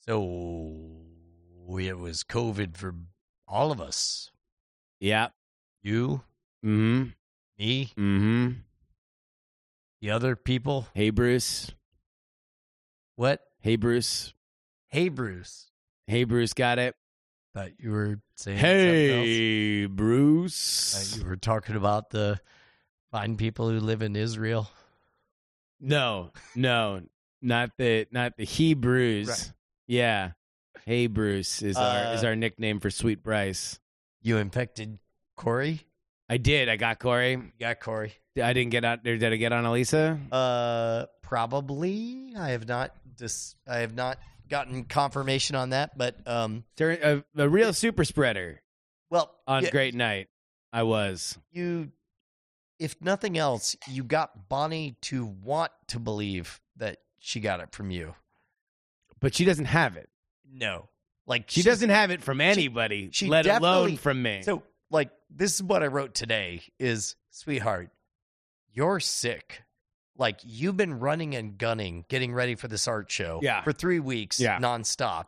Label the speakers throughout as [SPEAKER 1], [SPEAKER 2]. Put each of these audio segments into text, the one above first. [SPEAKER 1] So it was COVID for all of us.
[SPEAKER 2] Yeah.
[SPEAKER 1] You,
[SPEAKER 2] Mm
[SPEAKER 1] me,
[SPEAKER 2] hmm. Mm hmm.
[SPEAKER 1] the other people.
[SPEAKER 2] Hey, Bruce.
[SPEAKER 1] What?
[SPEAKER 2] Hey, Bruce.
[SPEAKER 1] Hey, Bruce.
[SPEAKER 2] Hey, Bruce. Got it.
[SPEAKER 1] Thought you were saying something else.
[SPEAKER 2] Hey, Bruce.
[SPEAKER 1] Thought Uh, you were talking about the fine people who live in Israel.
[SPEAKER 2] No, no, not the not the he Bruce.
[SPEAKER 1] Right.
[SPEAKER 2] Yeah, hey Bruce is our is
[SPEAKER 1] Uh,
[SPEAKER 2] our nickname for Sweet Bryce.
[SPEAKER 1] You infected Corey?
[SPEAKER 2] I did. I got Corey.
[SPEAKER 1] You got Corey.
[SPEAKER 2] I didn't get out there. Did I get on Elisa?
[SPEAKER 1] Uh, probably. I have not dis- I have not gotten confirmation on that, but um,
[SPEAKER 2] Turn a, a real super spreader
[SPEAKER 1] well,
[SPEAKER 2] on
[SPEAKER 1] yeah,
[SPEAKER 2] great night. I was.
[SPEAKER 1] you. If nothing else, you got Bonnie to want to believe that she got it from you.
[SPEAKER 2] But she doesn't have it.
[SPEAKER 1] No, like
[SPEAKER 2] She
[SPEAKER 1] she's-
[SPEAKER 2] doesn't have it from anybody,
[SPEAKER 1] she
[SPEAKER 2] let alone
[SPEAKER 1] definitely-
[SPEAKER 2] from me.
[SPEAKER 1] So, like, this is what I wrote today: is sweetheart, you're sick. Like you've been running and gunning, getting ready for this art show
[SPEAKER 2] Yeah.
[SPEAKER 1] for three weeks
[SPEAKER 2] Yeah.
[SPEAKER 1] nonstop,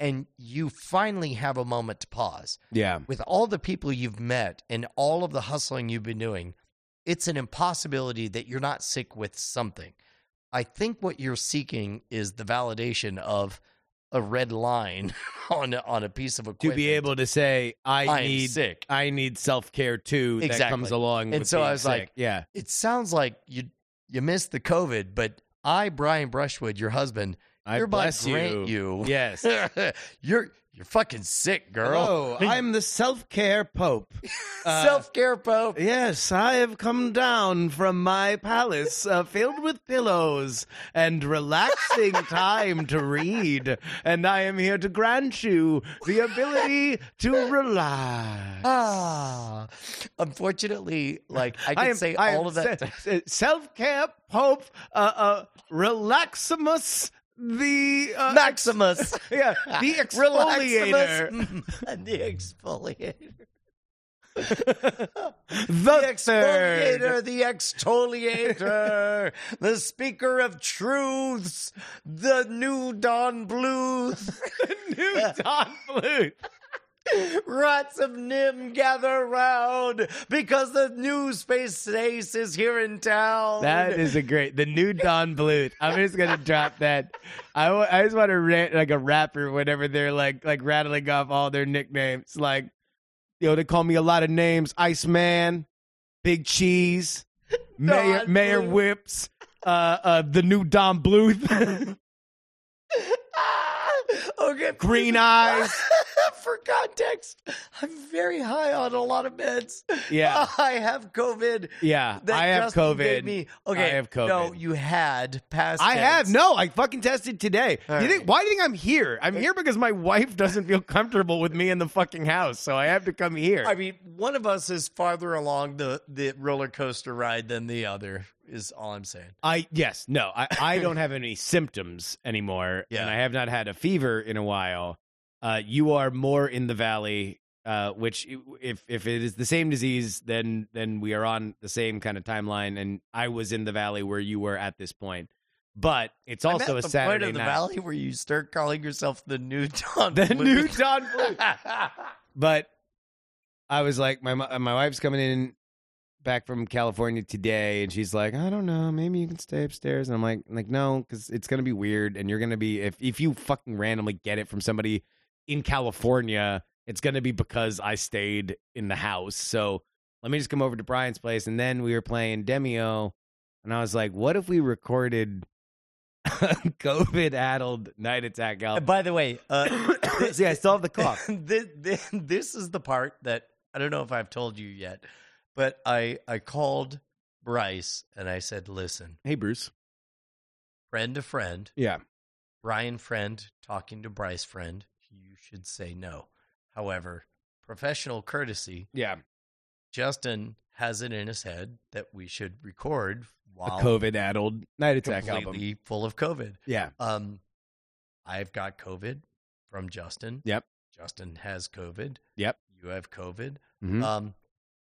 [SPEAKER 1] and you finally have a moment to pause.
[SPEAKER 2] yeah.
[SPEAKER 1] With all the people you've met and all of the hustling you've been doing, it's an impossibility that you're not sick with something. I think what you're seeking is the validation of a red line on a- on a piece of
[SPEAKER 2] To
[SPEAKER 1] equipment
[SPEAKER 2] be able to say, I,
[SPEAKER 1] I am
[SPEAKER 2] need
[SPEAKER 1] sick.
[SPEAKER 2] I need self care too. That
[SPEAKER 1] Exactly.
[SPEAKER 2] comes along.
[SPEAKER 1] And
[SPEAKER 2] with
[SPEAKER 1] so I
[SPEAKER 2] being
[SPEAKER 1] was like,
[SPEAKER 2] sick. Yeah.
[SPEAKER 1] it sounds like you you missed the COVID, but I, Brian Brushwood, your husband,
[SPEAKER 2] I
[SPEAKER 1] hereby
[SPEAKER 2] bless
[SPEAKER 1] grant you.
[SPEAKER 2] Yes.
[SPEAKER 1] you're you're fucking sick, girl.
[SPEAKER 2] Hello, I'm the self care pope. Uh,
[SPEAKER 1] Self care pope.
[SPEAKER 2] Yes, I have come down from my palace uh, filled with pillows and relaxing time to read, and I am here to grant you the ability to relax.
[SPEAKER 1] Ah, unfortunately, like I can say all of that.
[SPEAKER 2] self care pope uh, uh, relaximus the uh,
[SPEAKER 1] Maximus,
[SPEAKER 2] yeah the
[SPEAKER 1] Relaximus.
[SPEAKER 2] exfoliator
[SPEAKER 1] Mm, the exfoliator, the
[SPEAKER 2] the
[SPEAKER 1] exfoliator, the exfoliator, the speaker of truths, the new Don Bluth.
[SPEAKER 2] new Don Bluth.
[SPEAKER 1] Rats of Nim gather round because the new space ace is here in town.
[SPEAKER 2] That is a great the new Don Bluth. I'm just gonna drop that. I, wa- I just want to rant like a rapper whenever they're like like rattling off all their nicknames. Like, yo, they call me a lot of names: Iceman, Big Cheese, Mayor
[SPEAKER 1] Don
[SPEAKER 2] Mayor
[SPEAKER 1] Bluth.
[SPEAKER 2] Whips, uh, uh, the new Don Bluth,
[SPEAKER 1] Ah! okay.
[SPEAKER 2] Green Eyes.
[SPEAKER 1] For context, I'm very high on a lot of meds.
[SPEAKER 2] Yeah.
[SPEAKER 1] I have COVID.
[SPEAKER 2] Yeah,
[SPEAKER 1] that
[SPEAKER 2] I have
[SPEAKER 1] Justin gave
[SPEAKER 2] COVID.
[SPEAKER 1] Me. Okay,
[SPEAKER 2] I have
[SPEAKER 1] No,
[SPEAKER 2] COVID.
[SPEAKER 1] you had past.
[SPEAKER 2] I have
[SPEAKER 1] tense.
[SPEAKER 2] no. I fucking tested today.
[SPEAKER 1] All
[SPEAKER 2] You think-
[SPEAKER 1] right.
[SPEAKER 2] Why do you think I'm here? I'm here because my wife doesn't feel comfortable with me in the fucking house, so I have to come here.
[SPEAKER 1] I mean, one of us is farther along the the roller coaster ride than the other. Is all I'm saying.
[SPEAKER 2] I yes, no, I, I don't have any symptoms anymore,
[SPEAKER 1] Yeah.
[SPEAKER 2] and I have not had a fever in a while. Uh, you are more in the valley, uh, which if if it is the same disease, then then we are on the same kind of timeline. And I was in the valley where you were at this point, but it's
[SPEAKER 1] I'm
[SPEAKER 2] also
[SPEAKER 1] at
[SPEAKER 2] a
[SPEAKER 1] the
[SPEAKER 2] Saturday
[SPEAKER 1] point of the
[SPEAKER 2] night.
[SPEAKER 1] valley where you start calling yourself the new Don.
[SPEAKER 2] The
[SPEAKER 1] Bluth.
[SPEAKER 2] new Don Bluth. but I was like, my mo- my wife's coming in back from California today, and she's like, I don't know, maybe you can stay upstairs, and I'm like, like no, because it's gonna be weird, and you're gonna be if if you fucking randomly get it from somebody in California, it's gonna be because I stayed in the house, so let me just come over to Brian's place, and then we were playing Demio, and I was like, what if we recorded COVID-addled night attack
[SPEAKER 1] Uh,
[SPEAKER 2] album?
[SPEAKER 1] By the way, uh,
[SPEAKER 2] See, I still have the cough.
[SPEAKER 1] this, this, this is the part that I don't know if I've told you yet, but I I called Bryce and I said, "Listen,
[SPEAKER 2] Hey, Bruce.
[SPEAKER 1] friend to friend,
[SPEAKER 2] Yeah.
[SPEAKER 1] Brian friend talking to Bryce friend, you should say no." However, professional courtesy,
[SPEAKER 2] Yeah.
[SPEAKER 1] Justin has it in his head that we should record
[SPEAKER 2] a
[SPEAKER 1] while
[SPEAKER 2] COVID addled night attack album.
[SPEAKER 1] completely full of COVID.
[SPEAKER 2] Yeah.
[SPEAKER 1] Um, I've got COVID from Justin.
[SPEAKER 2] Yep.
[SPEAKER 1] Justin has COVID.
[SPEAKER 2] Yep.
[SPEAKER 1] You have COVID.
[SPEAKER 2] Mhm.
[SPEAKER 1] Um,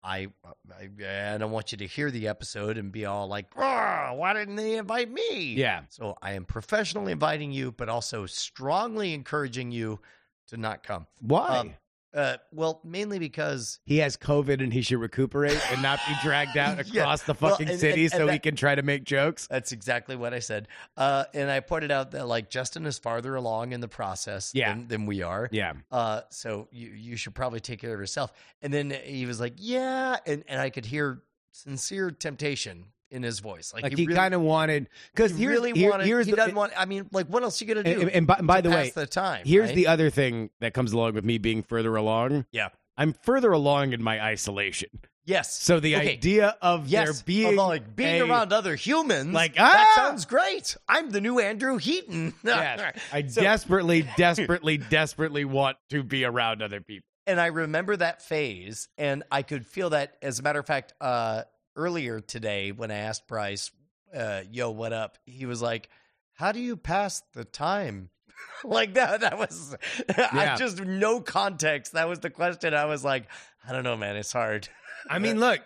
[SPEAKER 1] I, I I don't want you to hear the episode and be all like, "Ah, why didn't they invite me?
[SPEAKER 2] Yeah.
[SPEAKER 1] So I am professionally inviting you, but also strongly encouraging you to not come.
[SPEAKER 2] Why?
[SPEAKER 1] Um, Uh, well, mainly because
[SPEAKER 2] he has COVID and he should recuperate and not be dragged out across
[SPEAKER 1] Yeah.
[SPEAKER 2] the
[SPEAKER 1] Well,
[SPEAKER 2] fucking
[SPEAKER 1] and- and-
[SPEAKER 2] city
[SPEAKER 1] and
[SPEAKER 2] so he
[SPEAKER 1] that-
[SPEAKER 2] can try to make jokes.
[SPEAKER 1] that's exactly what I said. Uh, and I pointed out that like Justin is farther along in the process
[SPEAKER 2] Yeah.
[SPEAKER 1] than, than we are.
[SPEAKER 2] Yeah.
[SPEAKER 1] Uh, so you you should probably take care of yourself. And then he was like, yeah, and and I could hear sincere temptation in his voice, like,
[SPEAKER 2] Like he, kind of wanted because
[SPEAKER 1] He
[SPEAKER 2] here's,
[SPEAKER 1] really
[SPEAKER 2] here-
[SPEAKER 1] wanted.
[SPEAKER 2] here's
[SPEAKER 1] he
[SPEAKER 2] the,
[SPEAKER 1] doesn't want. I mean, like, what else you gonna do?
[SPEAKER 2] and, and by, and by the
[SPEAKER 1] pass
[SPEAKER 2] way,
[SPEAKER 1] the time.
[SPEAKER 2] here's
[SPEAKER 1] right?
[SPEAKER 2] the other thing that comes along with me being further along.
[SPEAKER 1] Yeah.
[SPEAKER 2] I'm further along in my isolation.
[SPEAKER 1] yes.
[SPEAKER 2] So the
[SPEAKER 1] Okay.
[SPEAKER 2] idea of
[SPEAKER 1] yes,
[SPEAKER 2] there being
[SPEAKER 1] of, like being
[SPEAKER 2] a-
[SPEAKER 1] around other humans.
[SPEAKER 2] Like,
[SPEAKER 1] that
[SPEAKER 2] ah!
[SPEAKER 1] sounds great. I'm the new Andrew Heaton.
[SPEAKER 2] Yes. I
[SPEAKER 1] So-
[SPEAKER 2] desperately, desperately, desperately want to be around other people.
[SPEAKER 1] and I remember that phase, and I could feel that. As a matter of fact, uh, earlier today when I asked Bryce, uh, "Yo, what up?" He was like, "How do you pass the time?" like that. That was
[SPEAKER 2] Yeah.
[SPEAKER 1] I just no context. That was the question. I was like, I don't know, man. It's hard,
[SPEAKER 2] I mean, look,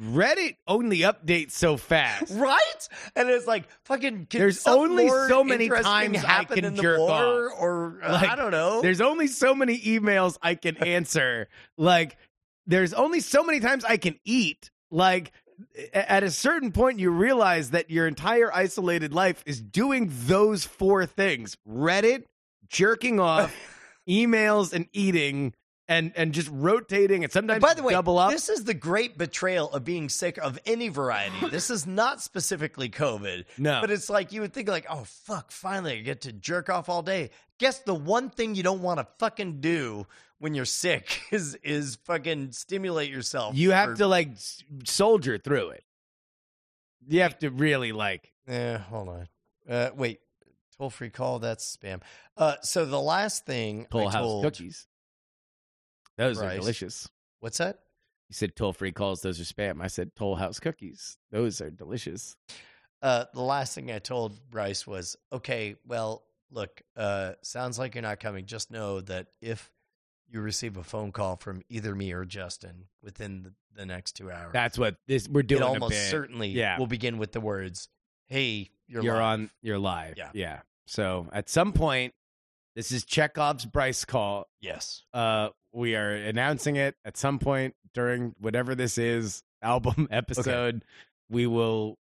[SPEAKER 2] Reddit only updates so fast.
[SPEAKER 1] right? And it's like fucking. Can
[SPEAKER 2] There's
[SPEAKER 1] something
[SPEAKER 2] only
[SPEAKER 1] more
[SPEAKER 2] so many
[SPEAKER 1] interesting
[SPEAKER 2] times I
[SPEAKER 1] happen
[SPEAKER 2] can
[SPEAKER 1] in the
[SPEAKER 2] jerk
[SPEAKER 1] war, or uh, I
[SPEAKER 2] Like,
[SPEAKER 1] don't know.
[SPEAKER 2] There's only so many emails I can answer. like, there's only so many times I can eat. Like, a- at a certain point, you realize that your entire isolated life is doing those four things Reddit, jerking off, emails, and eating. And, and just rotating and sometimes
[SPEAKER 1] And by the way,
[SPEAKER 2] double up.
[SPEAKER 1] this is the great betrayal of being sick of any variety. this is not specifically COVID.
[SPEAKER 2] No.
[SPEAKER 1] But it's like you would think like, oh fuck, finally I get to jerk off all day. Guess the one thing you don't want to fucking do when you're sick is is fucking stimulate yourself.
[SPEAKER 2] you have
[SPEAKER 1] for-
[SPEAKER 2] to like s- soldier through it. You have to really like
[SPEAKER 1] Eh, hold on. Uh, wait. Toll free call, that's spam. Uh, so the last thing
[SPEAKER 2] Toll
[SPEAKER 1] I
[SPEAKER 2] House
[SPEAKER 1] told,
[SPEAKER 2] cookies. Those are
[SPEAKER 1] Bryce.
[SPEAKER 2] delicious.
[SPEAKER 1] What's that?
[SPEAKER 2] You said toll free calls. Those are spam. I said Toll House cookies. Those are delicious.
[SPEAKER 1] uh, the last thing I told Bryce was, okay, well, look, uh, sounds like you're not coming. Just know that if you receive a phone call from either me or Justin within the, the next two hours,
[SPEAKER 2] That's what this we're doing.
[SPEAKER 1] it
[SPEAKER 2] a
[SPEAKER 1] almost
[SPEAKER 2] bit.
[SPEAKER 1] certainly
[SPEAKER 2] Yeah.
[SPEAKER 1] will begin with the words, hey, you're,
[SPEAKER 2] You're,
[SPEAKER 1] live."
[SPEAKER 2] on. You're live.
[SPEAKER 1] Yeah.
[SPEAKER 2] Yeah. So at some point, this is Chekhov's Bryce call.
[SPEAKER 1] Yes.
[SPEAKER 2] Uh, we are announcing it at some point during whatever this is album episode. We will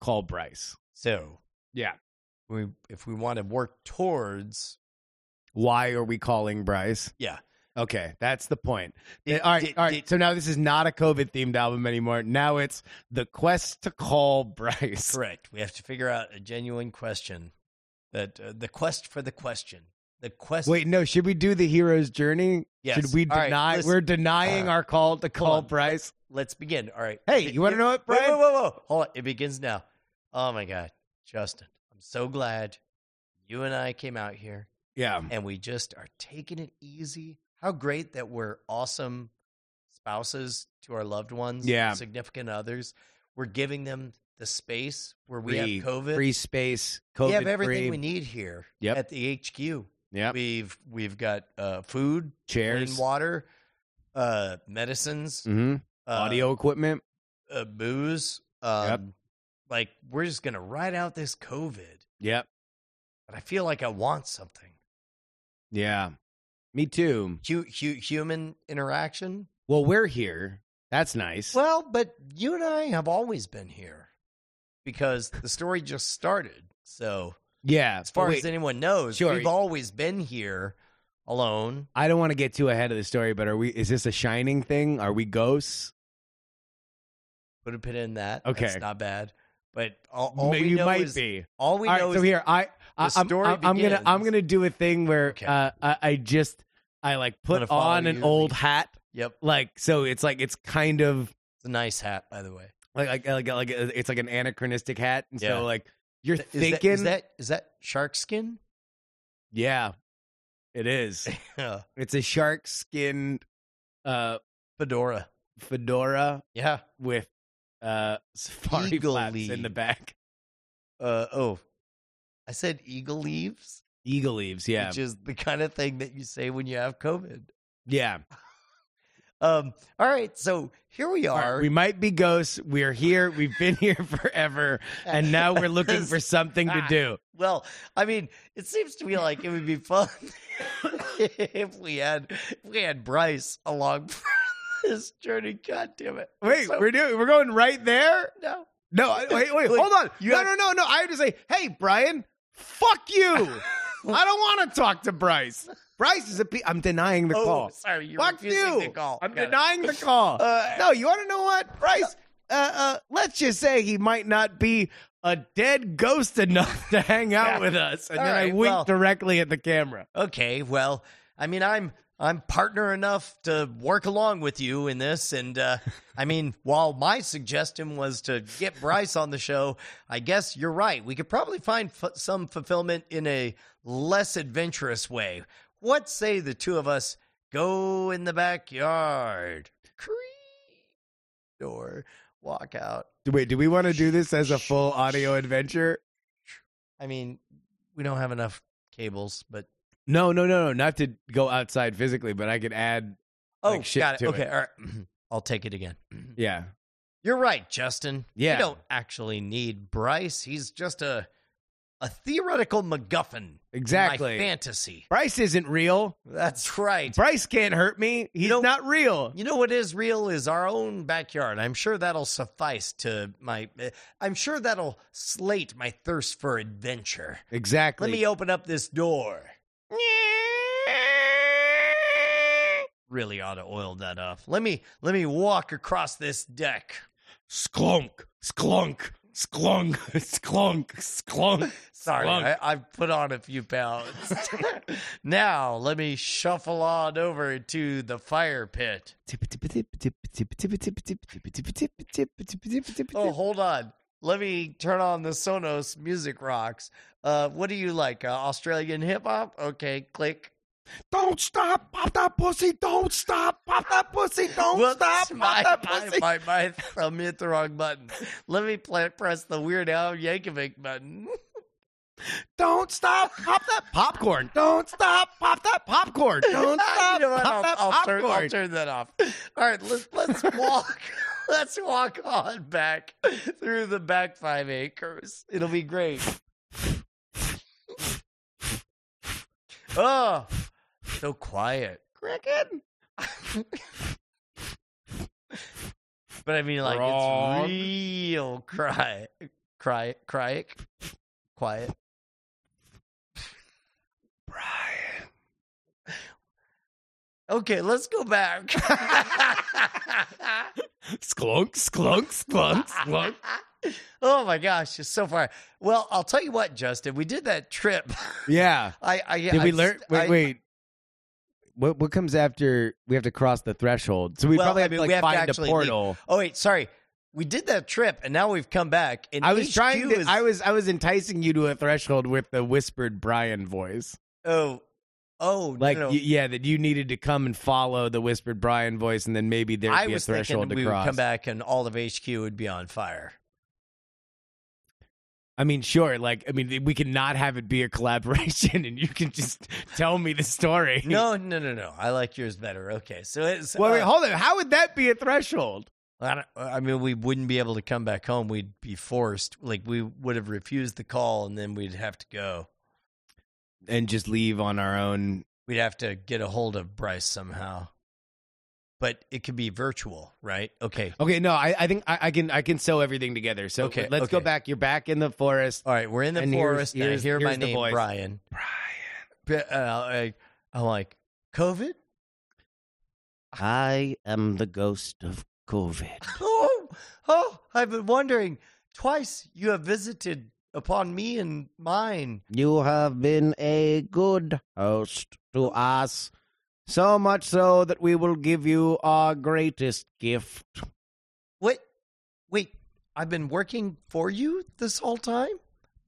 [SPEAKER 2] call Bryce.
[SPEAKER 1] So
[SPEAKER 2] Yeah.
[SPEAKER 1] we, if we want to work towards,
[SPEAKER 2] Why are we calling Bryce?
[SPEAKER 1] Yeah.
[SPEAKER 2] Okay, that's the point.
[SPEAKER 1] Did-
[SPEAKER 2] all right,
[SPEAKER 1] did-
[SPEAKER 2] all right.
[SPEAKER 1] did-
[SPEAKER 2] so now this is not a COVID themed album anymore. Now it's the quest to call Bryce.
[SPEAKER 1] correct, we have to figure out a genuine question that uh, the quest for the question, the quest.
[SPEAKER 2] Wait, no. Should we do the hero's journey?
[SPEAKER 1] Yes.
[SPEAKER 2] Should we
[SPEAKER 1] All right,
[SPEAKER 2] deny?
[SPEAKER 1] listen. Uh,
[SPEAKER 2] we're denying our call to call
[SPEAKER 1] on.
[SPEAKER 2] Bryce.
[SPEAKER 1] let's begin. All right.
[SPEAKER 2] Hey,
[SPEAKER 1] It-
[SPEAKER 2] you wanna
[SPEAKER 1] it-
[SPEAKER 2] know what,
[SPEAKER 1] Wait,
[SPEAKER 2] Brian?
[SPEAKER 1] Whoa, whoa, whoa. Hold on. It begins now. Oh my God. Justin, I'm so glad you and I came out here
[SPEAKER 2] Yeah,
[SPEAKER 1] and we just are taking it easy. How great that we're awesome spouses to our loved ones,
[SPEAKER 2] Yeah.
[SPEAKER 1] significant others. We're giving them the space where we
[SPEAKER 2] Free-
[SPEAKER 1] have COVID.
[SPEAKER 2] free space. COVID
[SPEAKER 1] we have everything
[SPEAKER 2] free.
[SPEAKER 1] we need here
[SPEAKER 2] Yep.
[SPEAKER 1] at the HQ.
[SPEAKER 2] Yep.
[SPEAKER 1] We've we've got uh, food,
[SPEAKER 2] Chairs.
[SPEAKER 1] clean water, uh, medicines,
[SPEAKER 2] hmm
[SPEAKER 1] uh,
[SPEAKER 2] Audio equipment.
[SPEAKER 1] uh, booze. Um,
[SPEAKER 2] Yep.
[SPEAKER 1] Like we're just gonna ride out this COVID,
[SPEAKER 2] Yep.
[SPEAKER 1] but I feel like I want something.
[SPEAKER 2] Yeah. Me too.
[SPEAKER 1] Hu- hu- human interaction.
[SPEAKER 2] Well, we're here. That's nice.
[SPEAKER 1] Well, but you and I have always been here because the story just started. So
[SPEAKER 2] yeah.
[SPEAKER 1] as far
[SPEAKER 2] Wait,
[SPEAKER 1] as anyone knows,
[SPEAKER 2] Sure.
[SPEAKER 1] we've always been here alone.
[SPEAKER 2] I don't want to get too ahead of the story, but are we? Is this a shining thing? Are we ghosts?
[SPEAKER 1] Put a pin in that.
[SPEAKER 2] Okay.
[SPEAKER 1] That's not bad. But all, all
[SPEAKER 2] Maybe
[SPEAKER 1] we
[SPEAKER 2] you
[SPEAKER 1] know
[SPEAKER 2] might
[SPEAKER 1] is
[SPEAKER 2] be.
[SPEAKER 1] all we
[SPEAKER 2] All
[SPEAKER 1] know
[SPEAKER 2] right, so
[SPEAKER 1] is
[SPEAKER 2] here I, I
[SPEAKER 1] the
[SPEAKER 2] I'm,
[SPEAKER 1] story
[SPEAKER 2] I'm, I'm gonna I'm
[SPEAKER 1] begins.
[SPEAKER 2] gonna do a thing where
[SPEAKER 1] Okay.
[SPEAKER 2] uh, I, I just I like
[SPEAKER 1] gonna
[SPEAKER 2] put
[SPEAKER 1] follow
[SPEAKER 2] on
[SPEAKER 1] you
[SPEAKER 2] an
[SPEAKER 1] to
[SPEAKER 2] old
[SPEAKER 1] the-
[SPEAKER 2] hat,
[SPEAKER 1] yep.
[SPEAKER 2] like so it's like it's kind of
[SPEAKER 1] It's a nice hat, by the way.
[SPEAKER 2] like like like, like uh, it's like an anachronistic hat, and
[SPEAKER 1] Yeah.
[SPEAKER 2] so like you're
[SPEAKER 1] Is that-
[SPEAKER 2] thinking,
[SPEAKER 1] is that is that shark skin?
[SPEAKER 2] yeah, it is.
[SPEAKER 1] Yeah.
[SPEAKER 2] it's a shark skinned uh,
[SPEAKER 1] Fedora.
[SPEAKER 2] fedora
[SPEAKER 1] Yeah.
[SPEAKER 2] with uh, safari flaps
[SPEAKER 1] Eagle-y.
[SPEAKER 2] in the back,
[SPEAKER 1] Uh, oh, I said eagle leaves,
[SPEAKER 2] eagle leaves. Yeah,
[SPEAKER 1] which is the kind of thing that you say when you have COVID.
[SPEAKER 2] yeah.
[SPEAKER 1] Um, all right, so here we are.
[SPEAKER 2] We might be ghosts. We're here. We've been here forever, and now we're looking for something to do.
[SPEAKER 1] Well, I mean, it seems to me like it would be fun if we had if we had Bryce along for this journey. God damn it!
[SPEAKER 2] Wait,
[SPEAKER 1] So-
[SPEAKER 2] we're doing. We're going right there.
[SPEAKER 1] no.
[SPEAKER 2] No, I- wait, wait,
[SPEAKER 1] Wait,
[SPEAKER 2] hold on.
[SPEAKER 1] you
[SPEAKER 2] no,
[SPEAKER 1] have-
[SPEAKER 2] no, no, no. I have to say, hey, Brian, fuck you. I don't want to talk to Bryce. Bryce is a. P- I'm denying the
[SPEAKER 1] oh,
[SPEAKER 2] call.
[SPEAKER 1] sorry, you're
[SPEAKER 2] Fuck
[SPEAKER 1] refusing
[SPEAKER 2] you.
[SPEAKER 1] the call.
[SPEAKER 2] I'm
[SPEAKER 1] Got it.
[SPEAKER 2] denying the call.
[SPEAKER 1] Uh,
[SPEAKER 2] no, you want to know what, Bryce? Uh, uh, let's just say he might not be a dead ghost enough to hang out
[SPEAKER 1] Yeah.
[SPEAKER 2] with us. And
[SPEAKER 1] All
[SPEAKER 2] then I
[SPEAKER 1] right,
[SPEAKER 2] winked
[SPEAKER 1] well-
[SPEAKER 2] directly at the camera.
[SPEAKER 1] okay well i mean i'm i'm partner enough to work along with you in this and uh, i mean while my suggestion was to get bryce on the show i guess you're right we could probably find f- some fulfillment in a less adventurous way what say the two of us go in the backyard creak door walk out
[SPEAKER 2] Wait, do we want to do this as a full audio adventure?
[SPEAKER 1] i mean we don't have enough cables but
[SPEAKER 2] No, no, no, no. Not to go outside physically, but I could add.
[SPEAKER 1] oh
[SPEAKER 2] Like shit
[SPEAKER 1] got it
[SPEAKER 2] to it.
[SPEAKER 1] okay all right i'll take it again
[SPEAKER 2] Yeah.
[SPEAKER 1] You're right, Justin.
[SPEAKER 2] Yeah.
[SPEAKER 1] You don't actually need Bryce. He's just a a theoretical MacGuffin.
[SPEAKER 2] Exactly.
[SPEAKER 1] My fantasy.
[SPEAKER 2] Bryce isn't real.
[SPEAKER 1] That's right.
[SPEAKER 2] Bryce can't hurt me. He's
[SPEAKER 1] know-
[SPEAKER 2] not real.
[SPEAKER 1] You know what is real is our own backyard. I'm sure that'll suffice to my. I'm sure that'll slate my thirst for adventure.
[SPEAKER 2] Exactly.
[SPEAKER 1] Let me open up this door. Really ought to oil that up. Let me let me walk across this deck.
[SPEAKER 2] Sklunk, sklunk, sklunk, sklunk, sklunk.
[SPEAKER 1] Sorry,
[SPEAKER 2] Slunk.
[SPEAKER 1] I, I've put on a few pounds. now let me shuffle on over to the fire pit. Oh, hold on. Let me turn on the Sonos Music Rocks. Uh, what do you like? Uh, Australian hip hop? Okay, click.
[SPEAKER 2] Don't stop, pop that pussy. Don't stop, pop that pussy. Don't
[SPEAKER 1] Whoops,
[SPEAKER 2] Oh, stop,
[SPEAKER 1] my,
[SPEAKER 2] pop that
[SPEAKER 1] my,
[SPEAKER 2] pussy.
[SPEAKER 1] my, my thumb hit the wrong button. Let me play, press the Weird Al Yankovic button.
[SPEAKER 2] Don't stop, pop that popcorn. Don't stop, pop that popcorn. Don't stop,
[SPEAKER 1] You know what?
[SPEAKER 2] pop that
[SPEAKER 1] I'll, I'll, turn, I'll
[SPEAKER 2] popcorn.
[SPEAKER 1] turn that off. All right, let's let's walk. let's walk on back through the back five acres. It'll be great. oh, so quiet.
[SPEAKER 2] Cricket.
[SPEAKER 1] But I mean, like
[SPEAKER 2] Wrong.
[SPEAKER 1] it's real cry, cry, cry, quiet.
[SPEAKER 2] Brian.
[SPEAKER 1] Okay, let's go back.
[SPEAKER 2] Sklunk, sklunk, sklunk, sklunk.
[SPEAKER 1] oh my gosh, it's so far. Well, I'll tell you what, Justin, we did that trip.
[SPEAKER 2] Yeah.
[SPEAKER 1] I, I
[SPEAKER 2] Did we
[SPEAKER 1] I-
[SPEAKER 2] learn? Wait,
[SPEAKER 1] I-
[SPEAKER 2] wait. What what comes after we have to cross the threshold? So we
[SPEAKER 1] Well,
[SPEAKER 2] probably
[SPEAKER 1] I
[SPEAKER 2] have
[SPEAKER 1] mean,
[SPEAKER 2] to like
[SPEAKER 1] we have to
[SPEAKER 2] find
[SPEAKER 1] actually
[SPEAKER 2] a portal.
[SPEAKER 1] Oh wait, sorry. We did that trip, and now we've come back. And
[SPEAKER 2] I was
[SPEAKER 1] HQ
[SPEAKER 2] trying. To,
[SPEAKER 1] is,
[SPEAKER 2] I was I was enticing you to a threshold with the whispered Brian voice,
[SPEAKER 1] oh oh
[SPEAKER 2] like
[SPEAKER 1] no, no.
[SPEAKER 2] y- yeah, that you needed to come and follow the whispered Brian voice, and then maybe there'd
[SPEAKER 1] I
[SPEAKER 2] be a
[SPEAKER 1] was thinking
[SPEAKER 2] threshold
[SPEAKER 1] we
[SPEAKER 2] to
[SPEAKER 1] would
[SPEAKER 2] cross.
[SPEAKER 1] come back, and all of HQ would be on fire.
[SPEAKER 2] I mean, sure. Like, I mean, we can not have it be a collaboration, and you can just tell me the story.
[SPEAKER 1] No, no, no, no. I like yours better. Okay, so it's
[SPEAKER 2] Well, wait,
[SPEAKER 1] uh,
[SPEAKER 2] hold on. How would that be a threshold?
[SPEAKER 1] I, don't, I mean, we wouldn't be able to come back home. We'd be forced. Like we would have refused the call, and then we'd have to go.
[SPEAKER 2] And just leave on our own.
[SPEAKER 1] We'd have to get a hold of Bryce somehow. But it could be virtual, right? Okay.
[SPEAKER 2] Okay, no, I, I think I, I can I can sew everything together. So
[SPEAKER 1] Okay,
[SPEAKER 2] let's go
[SPEAKER 1] okay.
[SPEAKER 2] back. You're back in the forest.
[SPEAKER 1] All right, we're in the
[SPEAKER 2] And here's-
[SPEAKER 1] forest.
[SPEAKER 2] here's-
[SPEAKER 1] I hear my
[SPEAKER 2] here's the
[SPEAKER 1] name,
[SPEAKER 2] voice.
[SPEAKER 1] Brian. Brian. I, I'm like, COVID?
[SPEAKER 2] I am the ghost of COVID.
[SPEAKER 1] Oh, oh, I've been wondering. Twice you have visited upon me and mine.
[SPEAKER 2] You have been a good host to us, so much so that we will give you our greatest gift.
[SPEAKER 1] What? Wait, I've been working for you this whole time?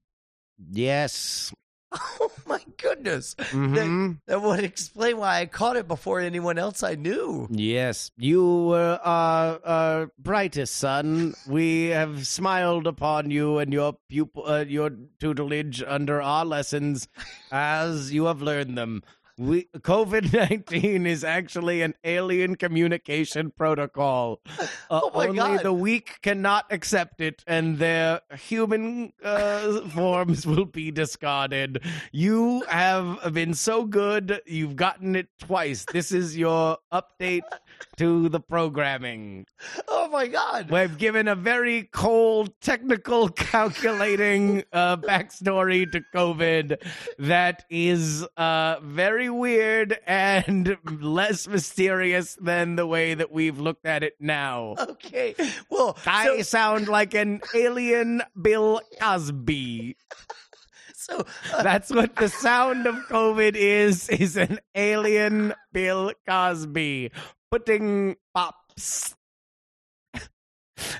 [SPEAKER 2] Yes.
[SPEAKER 1] Oh, my goodness.
[SPEAKER 2] Mhm.
[SPEAKER 1] That would explain why I caught it before anyone else I knew.
[SPEAKER 2] Yes. You were our, our brightest sun. We have smiled upon you and your pupil, uh, your tutelage under our lessons as you have learned them. We COVID nineteen is actually an alien communication protocol. Uh,
[SPEAKER 1] Oh my
[SPEAKER 2] only
[SPEAKER 1] God.
[SPEAKER 2] the weak cannot accept it, and their human uh, forms will be discarded. You have been so good; you've gotten it twice. This is your update to the programming.
[SPEAKER 1] Oh my god.
[SPEAKER 2] We've given a very cold, technical, calculating uh, backstory to COVID that is uh, very weird and less mysterious than the way that we've looked at it now.
[SPEAKER 1] Okay. Well, Uh, so,
[SPEAKER 2] I sound like an alien Bill Cosby.
[SPEAKER 1] so uh,
[SPEAKER 2] That's what the sound of COVID is, is an alien Bill Cosby putting pops.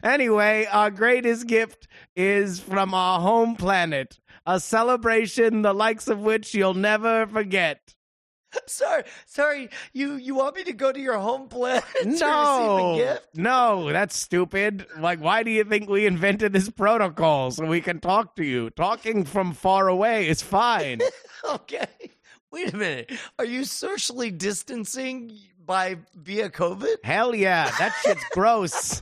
[SPEAKER 2] Anyway, our greatest gift is from our home planet, a celebration the likes of which you'll never forget.
[SPEAKER 1] sorry, sorry. You you want me to go to your home planet to
[SPEAKER 2] no,
[SPEAKER 1] receive the gift?
[SPEAKER 2] no, that's stupid. Like, why do you think we invented this protocol so we can talk to you? Talking from far away is fine.
[SPEAKER 1] Okay. Wait a minute. Are you socially distancing by via COVID?
[SPEAKER 2] Hell yeah, that shit's gross.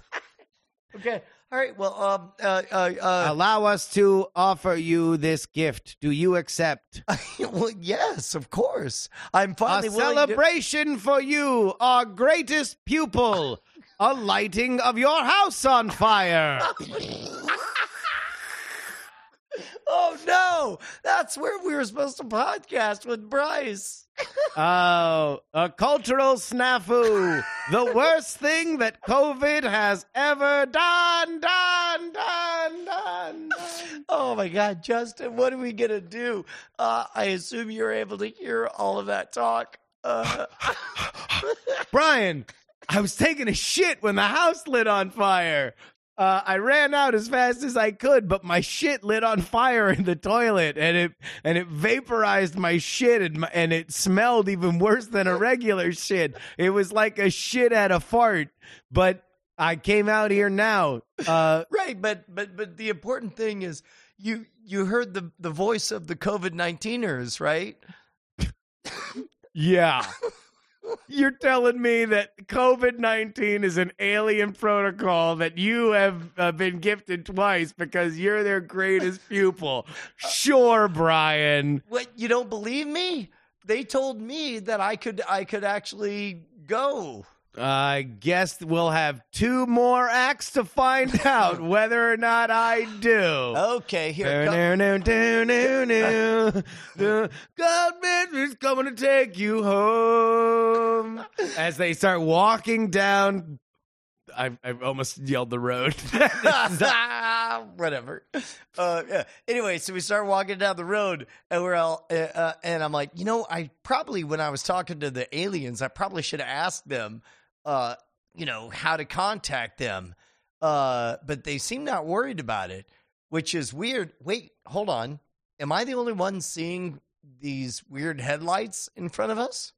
[SPEAKER 1] Okay. All right. Well, um, uh, uh, uh,
[SPEAKER 2] Allow us to offer you this gift. Do you accept?
[SPEAKER 1] well, yes, of course. I'm
[SPEAKER 2] A
[SPEAKER 1] finally willing to-
[SPEAKER 2] celebration for you, our greatest pupil, a lighting of your house on fire.
[SPEAKER 1] Oh no, that's where we were supposed to podcast with Bryce.
[SPEAKER 2] Oh, a cultural snafu. The worst thing that COVID has ever done, done, done, done, done.
[SPEAKER 1] Oh my God, Justin, what are we gonna do? Uh, I assume you're able to hear all of that talk. Uh,
[SPEAKER 2] Brian, I was taking a shit when the house lit on fire. Uh, I ran out as fast as I could, but my shit lit on fire in the toilet, and it and it vaporized my shit, and my, and it smelled even worse than a regular shit. It was like a shit at a fart. But I came out here now. Uh,
[SPEAKER 1] right, but but but the important thing is you you heard the the voice of the COVID nineteeners, right?
[SPEAKER 2] yeah. You're telling me that COVID 19 is an alien protocol that you have uh, been gifted twice because you're their greatest pupil. Sure, Brian.
[SPEAKER 1] What you don't believe me? They told me that I could I could actually go.
[SPEAKER 2] I guess we'll have two more acts to find out whether or not I
[SPEAKER 1] Oh,
[SPEAKER 2] do.
[SPEAKER 1] Okay, here. come-
[SPEAKER 2] Godman is coming to take you home. As they start walking down, I, I almost yelled the road.
[SPEAKER 1] whatever. Uh, yeah. Anyway, so we start walking down the road, and we're all, uh, uh, and I'm like, you know, I probably when I was talking to the aliens, I probably should have asked them, uh, you know, how to contact them, uh, but they seem not worried about it, which is weird. Wait, hold on, am I the only one seeing these weird headlights in front of us?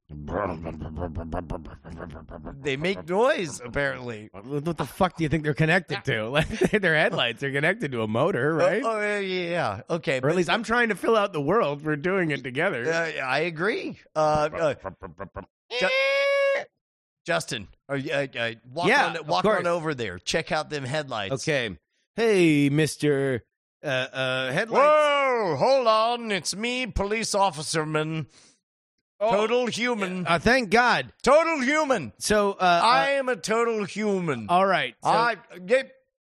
[SPEAKER 1] They make noise apparently.
[SPEAKER 2] what what the fuck do you think they're connected to? Like, their headlights are connected to a motor, right?
[SPEAKER 1] Oh, oh, yeah, yeah, yeah. Okay.
[SPEAKER 2] or
[SPEAKER 1] but-
[SPEAKER 2] at least I'm trying to fill out the world. We're doing it together.
[SPEAKER 1] Uh, I agree. Uh, uh, Ju- Justin, are you, uh, uh, walk,
[SPEAKER 2] Eh. Yeah,
[SPEAKER 1] on,
[SPEAKER 2] of
[SPEAKER 1] walk on
[SPEAKER 2] course.
[SPEAKER 1] over there. Check out them headlights.
[SPEAKER 2] okay. Hey, Mister uh, uh, Headlights.
[SPEAKER 1] Whoa, hold on. It's me, police officerman. Total human.
[SPEAKER 2] Oh, Uh, thank God.
[SPEAKER 1] total human.
[SPEAKER 2] So uh,
[SPEAKER 1] I am a total human.
[SPEAKER 2] All right. So,
[SPEAKER 1] I, yep.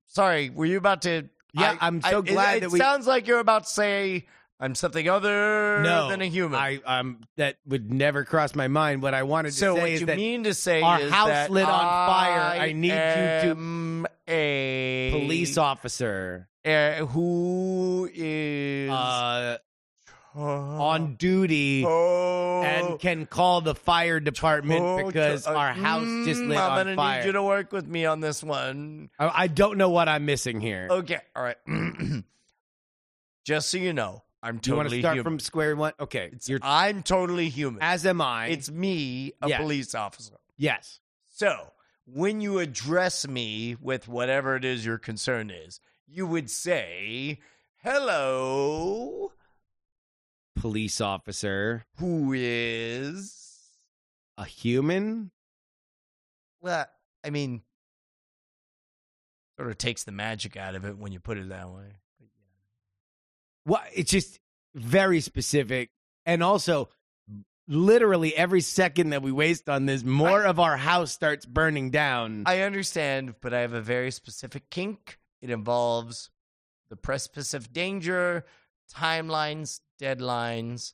[SPEAKER 1] Sorry, were you about to?
[SPEAKER 2] Yeah, I'm so
[SPEAKER 1] it-
[SPEAKER 2] glad
[SPEAKER 1] it,
[SPEAKER 2] that we-
[SPEAKER 1] sounds like you're about to say I'm something other
[SPEAKER 2] no,
[SPEAKER 1] than a human.
[SPEAKER 2] I um that would never cross my mind. What I wanted to
[SPEAKER 1] so
[SPEAKER 2] say
[SPEAKER 1] what
[SPEAKER 2] is
[SPEAKER 1] you
[SPEAKER 2] that
[SPEAKER 1] mean to say
[SPEAKER 2] our
[SPEAKER 1] is
[SPEAKER 2] house
[SPEAKER 1] that
[SPEAKER 2] lit on fire.
[SPEAKER 1] I
[SPEAKER 2] I need you to-
[SPEAKER 1] am a
[SPEAKER 2] police officer
[SPEAKER 1] uh, who is
[SPEAKER 2] uh,
[SPEAKER 1] uh,
[SPEAKER 2] on duty
[SPEAKER 1] oh,
[SPEAKER 2] and can call the fire department
[SPEAKER 1] oh,
[SPEAKER 2] because
[SPEAKER 1] uh,
[SPEAKER 2] our house just
[SPEAKER 1] mm,
[SPEAKER 2] lit
[SPEAKER 1] I'm
[SPEAKER 2] on
[SPEAKER 1] gonna
[SPEAKER 2] fire.
[SPEAKER 1] need you to work with me on this one.
[SPEAKER 2] I, I don't know what I'm missing here.
[SPEAKER 1] Okay, all right. Just so you know, I'm
[SPEAKER 2] Do you want
[SPEAKER 1] totally
[SPEAKER 2] to start
[SPEAKER 1] human.
[SPEAKER 2] from square one? Okay,
[SPEAKER 1] It's-
[SPEAKER 2] you're
[SPEAKER 1] I'm totally human.
[SPEAKER 2] as am I.
[SPEAKER 1] it's me, a
[SPEAKER 2] Yeah.
[SPEAKER 1] police officer.
[SPEAKER 2] yes.
[SPEAKER 1] So when you address me with whatever it is your concern is, you would say, "Hello,
[SPEAKER 2] police officer,
[SPEAKER 1] Who is?
[SPEAKER 2] a human.
[SPEAKER 1] Well, I mean, sort of takes the magic out of it when you put it that way.
[SPEAKER 2] Well, it's just very specific, and also literally every second that we waste on this, more of our house starts burning down.
[SPEAKER 1] I understand, but I have a very specific kink. It involves the precipice of danger, timelines, deadlines,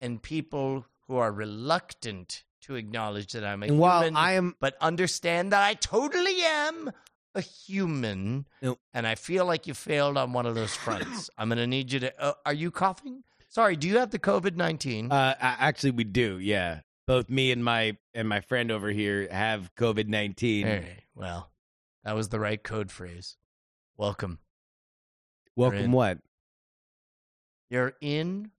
[SPEAKER 1] and people who are reluctant to acknowledge that I'm a
[SPEAKER 2] and while
[SPEAKER 1] human,
[SPEAKER 2] I am,
[SPEAKER 1] but understand that I totally am a human,
[SPEAKER 2] No.
[SPEAKER 1] and I feel like you failed on one of those fronts. I'm going to need you to. Uh, are you coughing? Sorry, do you have the COVID nineteen?
[SPEAKER 2] uh, a- actually, we do. Yeah, both me and my and my friend over here have COVID nineteen.
[SPEAKER 1] Hey, well, that was the right code phrase. Welcome.
[SPEAKER 2] Welcome,
[SPEAKER 1] Great.
[SPEAKER 2] what?
[SPEAKER 1] You're in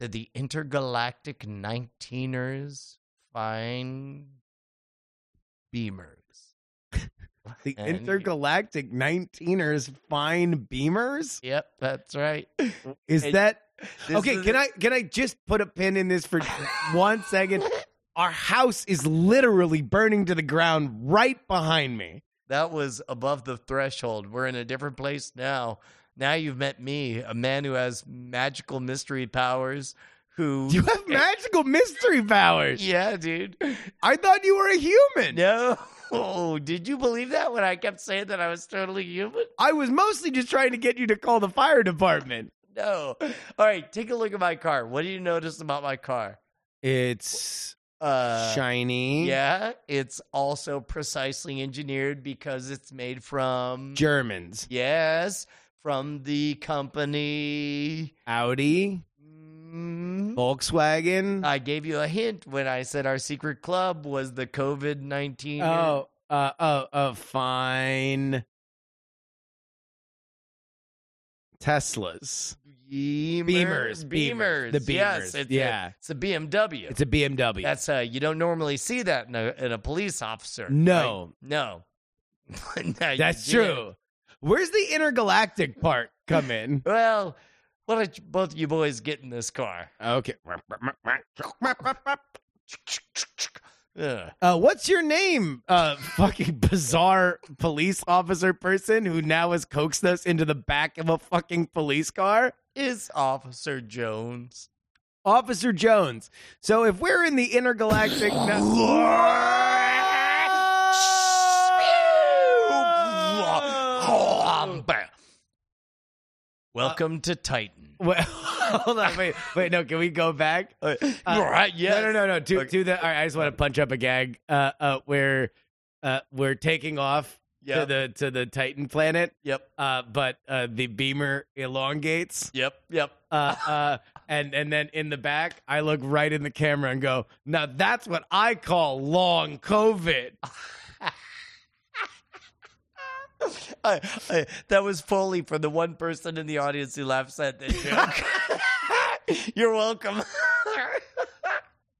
[SPEAKER 1] to the intergalactic 19ers fine beamers.
[SPEAKER 2] The
[SPEAKER 1] And-
[SPEAKER 2] intergalactic nineteeners, fine beamers.
[SPEAKER 1] Yep, that's right.
[SPEAKER 2] Is
[SPEAKER 1] And
[SPEAKER 2] that
[SPEAKER 1] This
[SPEAKER 2] okay?
[SPEAKER 1] is-
[SPEAKER 2] Can I can I just put a pin in this for one second? Our house is literally burning to the ground right behind me.
[SPEAKER 1] That was above the threshold. We're in a different place now. Now you've met me, a man who has magical mystery powers who
[SPEAKER 2] You have magical mystery powers.
[SPEAKER 1] Yeah, dude.
[SPEAKER 2] I thought you were a human.
[SPEAKER 1] No. did you believe that when I kept saying that I was totally human?
[SPEAKER 2] I was mostly just trying to get you to call the fire department.
[SPEAKER 1] No. All right, take a look at my car. What do you notice about my car?
[SPEAKER 2] It's
[SPEAKER 1] Uh,
[SPEAKER 2] shiny.
[SPEAKER 1] Yeah, it's also precisely engineered because it's made from
[SPEAKER 2] Germans.
[SPEAKER 1] yes, from the company.
[SPEAKER 2] Audi,
[SPEAKER 1] Mm,
[SPEAKER 2] Volkswagen.
[SPEAKER 1] I gave you a hint when I said our secret club was the COVID nineteen.
[SPEAKER 2] oh, uh, oh, oh, fine. Teslas.
[SPEAKER 1] Beamers,
[SPEAKER 2] Beamers,
[SPEAKER 1] beamers,
[SPEAKER 2] Beamers, the
[SPEAKER 1] Yes,
[SPEAKER 2] Beamers,
[SPEAKER 1] it's
[SPEAKER 2] yeah.
[SPEAKER 1] a, it's a BMW.
[SPEAKER 2] It's a BMW.
[SPEAKER 1] That's uh, you don't normally see that in a, in a police officer. right?
[SPEAKER 2] no,
[SPEAKER 1] no, Now you
[SPEAKER 2] that's
[SPEAKER 1] did.
[SPEAKER 2] true. Where's the intergalactic part come in?
[SPEAKER 1] Well, why don't you, both you boys get in this car?
[SPEAKER 2] Okay.
[SPEAKER 1] Ugh.
[SPEAKER 2] Uh, what's your name, uh, fucking bizarre police officer person who now has coaxed us into the back of a fucking police car?
[SPEAKER 1] Is Officer Jones?
[SPEAKER 2] Officer Jones. So if we're in the intergalactic. Well,
[SPEAKER 1] Welcome to Titan.
[SPEAKER 2] hold on, wait, wait, no, can we go back?
[SPEAKER 1] All right, yes.
[SPEAKER 2] uh, No, no, no, no. To,
[SPEAKER 1] Okay.
[SPEAKER 2] to the. All right, I just want to punch up a gag. Uh, uh, where, uh, we're taking off
[SPEAKER 1] Yep.
[SPEAKER 2] to the to the Titan planet.
[SPEAKER 1] yep,
[SPEAKER 2] Uh, but uh, the beamer elongates.
[SPEAKER 1] yep, yep.
[SPEAKER 2] Uh, uh, and and then in the back, I look right in the camera and go, "Now that's what I call long COVID."
[SPEAKER 1] I, I, that was Foley for the one person in the audience who laughs at that joke. You're welcome. All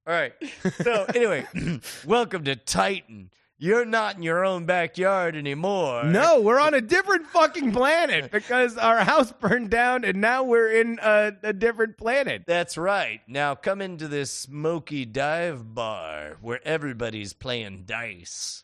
[SPEAKER 1] right. So anyway, welcome to Titan. You're not in your own backyard anymore.
[SPEAKER 2] No, we're on a different fucking planet because our house burned down, and now we're in a, a different planet.
[SPEAKER 1] That's right. Now come into this smoky dive bar where everybody's playing dice.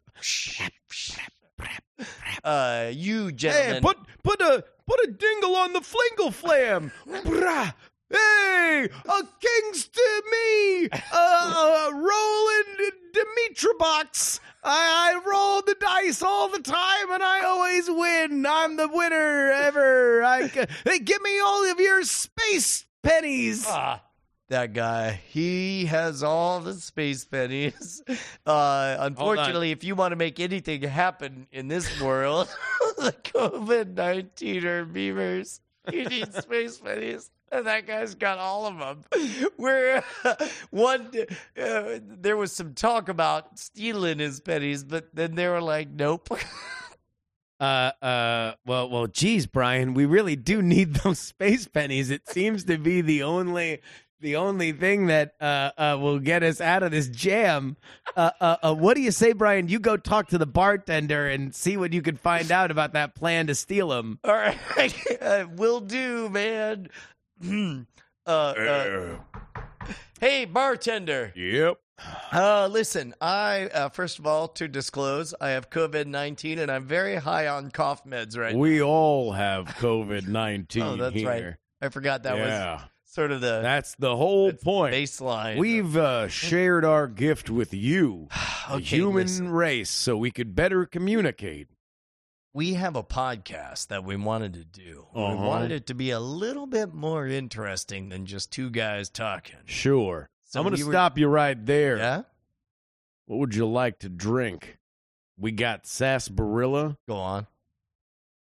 [SPEAKER 1] Uh, you gentlemen,
[SPEAKER 2] Hey, put put a put a dingle on the flingle flam. Brah. Hey, a king's to me. A, a rolling Dimitra box. I, I roll the dice all the time, and I always win. I'm the winner ever. I, ca- hey, give me all of your space pennies.
[SPEAKER 1] Ah, that guy. He has all the space pennies. Uh, unfortunately, if you want to make anything happen in this world, the COVID 19 or beamers, you need space pennies. And that guy's got all of them. Where one, uh, there was some talk about stealing his pennies, but then they were like, nope.
[SPEAKER 2] Uh, uh, well, well, geez, Brian, we really do need those space pennies. It seems to be the only, the only thing that uh, uh will get us out of this jam. Uh, uh, uh, what do you say, Brian? You go talk to the bartender and see what you can find out about that plan to steal them.
[SPEAKER 1] All right, uh, will do, man. uh, uh, hey, bartender.
[SPEAKER 2] yep.
[SPEAKER 1] Uh, listen, I, uh, first of all, to disclose, I have COVID 19 and I'm very high on cough meds right
[SPEAKER 2] We all have COVID nineteen.
[SPEAKER 1] Oh, that's right. I forgot that was
[SPEAKER 2] yeah,
[SPEAKER 1] sort of the
[SPEAKER 2] that's the whole
[SPEAKER 1] that's the
[SPEAKER 2] point.
[SPEAKER 1] baseline.
[SPEAKER 2] We've uh, shared our gift with you, the
[SPEAKER 1] Okay,
[SPEAKER 2] human
[SPEAKER 1] listen.
[SPEAKER 2] race, so we could better communicate.
[SPEAKER 1] we have a podcast that we wanted to do.
[SPEAKER 2] Uh-huh.
[SPEAKER 1] We wanted it to be a little bit more interesting than just two guys talking.
[SPEAKER 2] Sure.
[SPEAKER 1] So
[SPEAKER 2] I'm going to
[SPEAKER 1] we were-
[SPEAKER 2] stop you right there.
[SPEAKER 1] Yeah,
[SPEAKER 2] What would you like to drink? We got sarsaparilla,
[SPEAKER 1] go on.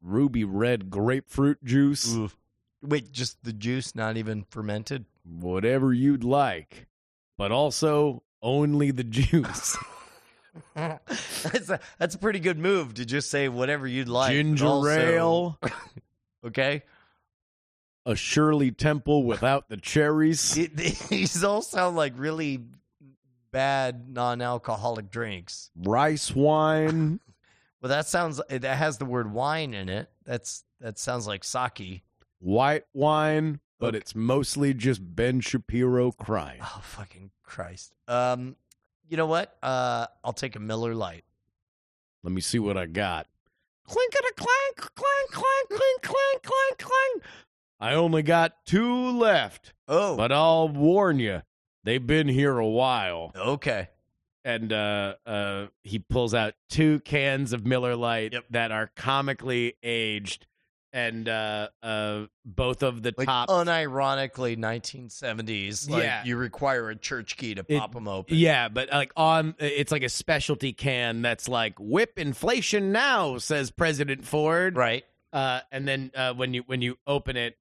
[SPEAKER 2] ruby red grapefruit juice,
[SPEAKER 1] Wait, just the juice, not even fermented.
[SPEAKER 2] whatever you'd like, but also only the juice.
[SPEAKER 1] that's a that's a pretty good move to just say whatever you'd like. but
[SPEAKER 2] Ginger
[SPEAKER 1] also-
[SPEAKER 2] ale,
[SPEAKER 1] okay?
[SPEAKER 2] a Shirley Temple without the cherries.
[SPEAKER 1] It- These all sound like really bad non-alcoholic drinks.
[SPEAKER 2] rice wine.
[SPEAKER 1] Well, that sounds that has the word wine in it. That's that sounds like sake.
[SPEAKER 2] white wine, but
[SPEAKER 1] Okay.
[SPEAKER 2] it's mostly just Ben Shapiro crying.
[SPEAKER 1] Oh fucking Christ! Um, you know what? Uh, I'll take a Miller Light.
[SPEAKER 2] Let me see what I got. Clink it a clank, clank, clank, clink, clank, clank, clank. I only got two left,
[SPEAKER 1] Oh,
[SPEAKER 2] but I'll warn you, they've been here a while.
[SPEAKER 1] okay.
[SPEAKER 2] And uh, uh, he pulls out two cans of Miller Lite
[SPEAKER 1] Yep.
[SPEAKER 2] that are comically aged, and uh, uh, both of the
[SPEAKER 1] Like
[SPEAKER 2] top
[SPEAKER 1] unironically, 1970s. Like
[SPEAKER 2] Yeah.
[SPEAKER 1] you require a church key to
[SPEAKER 2] It-
[SPEAKER 1] pop them open.
[SPEAKER 2] Yeah, but like on, it's like a specialty can that's like whip inflation now, says President Ford.
[SPEAKER 1] right.
[SPEAKER 2] Uh, and then uh, when you when you open it,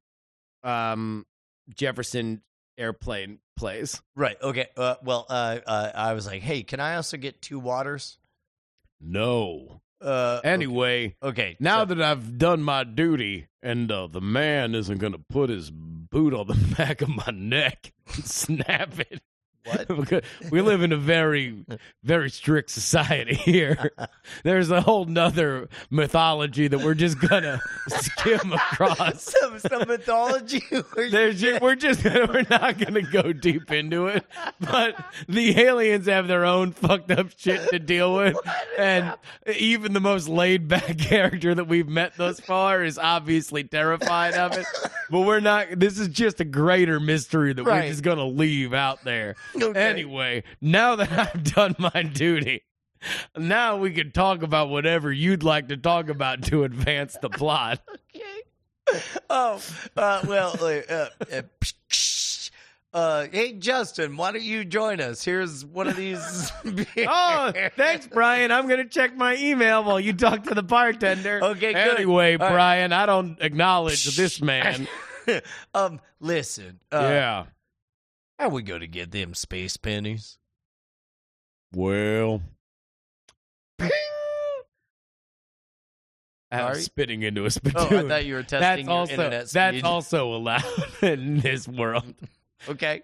[SPEAKER 2] um, Jefferson Airplane plays.
[SPEAKER 1] Right. Okay. Uh, well, uh, uh, I was like, hey, can I also get two waters?
[SPEAKER 2] No.
[SPEAKER 1] Uh,
[SPEAKER 2] Anyway,
[SPEAKER 1] Okay. okay,
[SPEAKER 2] now
[SPEAKER 1] so-
[SPEAKER 2] that I've done my duty, and uh, the man isn't gonna put his boot on the back of my neck and snap it.
[SPEAKER 1] what?
[SPEAKER 2] Because we live in a very very strict society here there's a whole nother mythology that we're just gonna skim across
[SPEAKER 1] some, some mythology. where you-
[SPEAKER 2] there's ju- we're just we're not gonna go deep into it but the aliens have their own fucked up shit to deal with and even the most laid back character that we've met thus far is obviously terrified of it but we're not this is just a greater mystery that
[SPEAKER 1] Right.
[SPEAKER 2] we're just gonna leave out there
[SPEAKER 1] Okay.
[SPEAKER 2] Anyway, now that I've done my duty, now we can talk about whatever you'd like to talk about to advance the plot.
[SPEAKER 1] Okay. Oh, uh, well, uh, uh, uh, hey, Justin, why don't you join us? Here's one of these. beers.
[SPEAKER 2] Oh, thanks, Brian. I'm going to check my email while you talk to the bartender.
[SPEAKER 1] Okay, good.
[SPEAKER 2] Anyway,
[SPEAKER 1] All right.
[SPEAKER 2] Brian, I don't acknowledge this man.
[SPEAKER 1] um, listen, uh,
[SPEAKER 2] yeah.
[SPEAKER 1] how we go to get them space pennies?
[SPEAKER 2] Well. I was
[SPEAKER 1] Sorry?
[SPEAKER 2] spitting into a
[SPEAKER 1] Oh,
[SPEAKER 2] spittoon.
[SPEAKER 1] I thought you were testing
[SPEAKER 2] that's
[SPEAKER 1] your
[SPEAKER 2] also
[SPEAKER 1] internet
[SPEAKER 2] that's
[SPEAKER 1] speed.
[SPEAKER 2] also allowed in this world.
[SPEAKER 1] okay.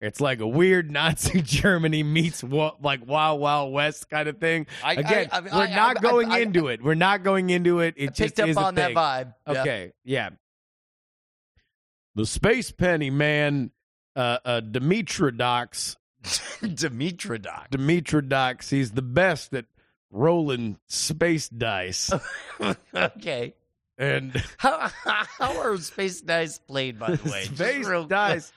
[SPEAKER 2] It's like a weird Nazi Germany meets wa- like Wild Wild West kind of thing.
[SPEAKER 1] I,
[SPEAKER 2] Again,
[SPEAKER 1] I- I-
[SPEAKER 2] we're
[SPEAKER 1] I- I-
[SPEAKER 2] not
[SPEAKER 1] I-
[SPEAKER 2] going
[SPEAKER 1] I-
[SPEAKER 2] into it. We're not going into it. It
[SPEAKER 1] I
[SPEAKER 2] just
[SPEAKER 1] picked up
[SPEAKER 2] is a
[SPEAKER 1] on that
[SPEAKER 2] thing.
[SPEAKER 1] vibe. Yeah.
[SPEAKER 2] Okay, yeah. The space penny man, uh, uh, Dimitrodox.
[SPEAKER 1] Dimitrodoc.
[SPEAKER 2] Dimitrodox. He's the best at rolling space dice.
[SPEAKER 1] okay.
[SPEAKER 2] and
[SPEAKER 1] How, how are space dice played, by the way? Just
[SPEAKER 2] space
[SPEAKER 1] real-
[SPEAKER 2] dice.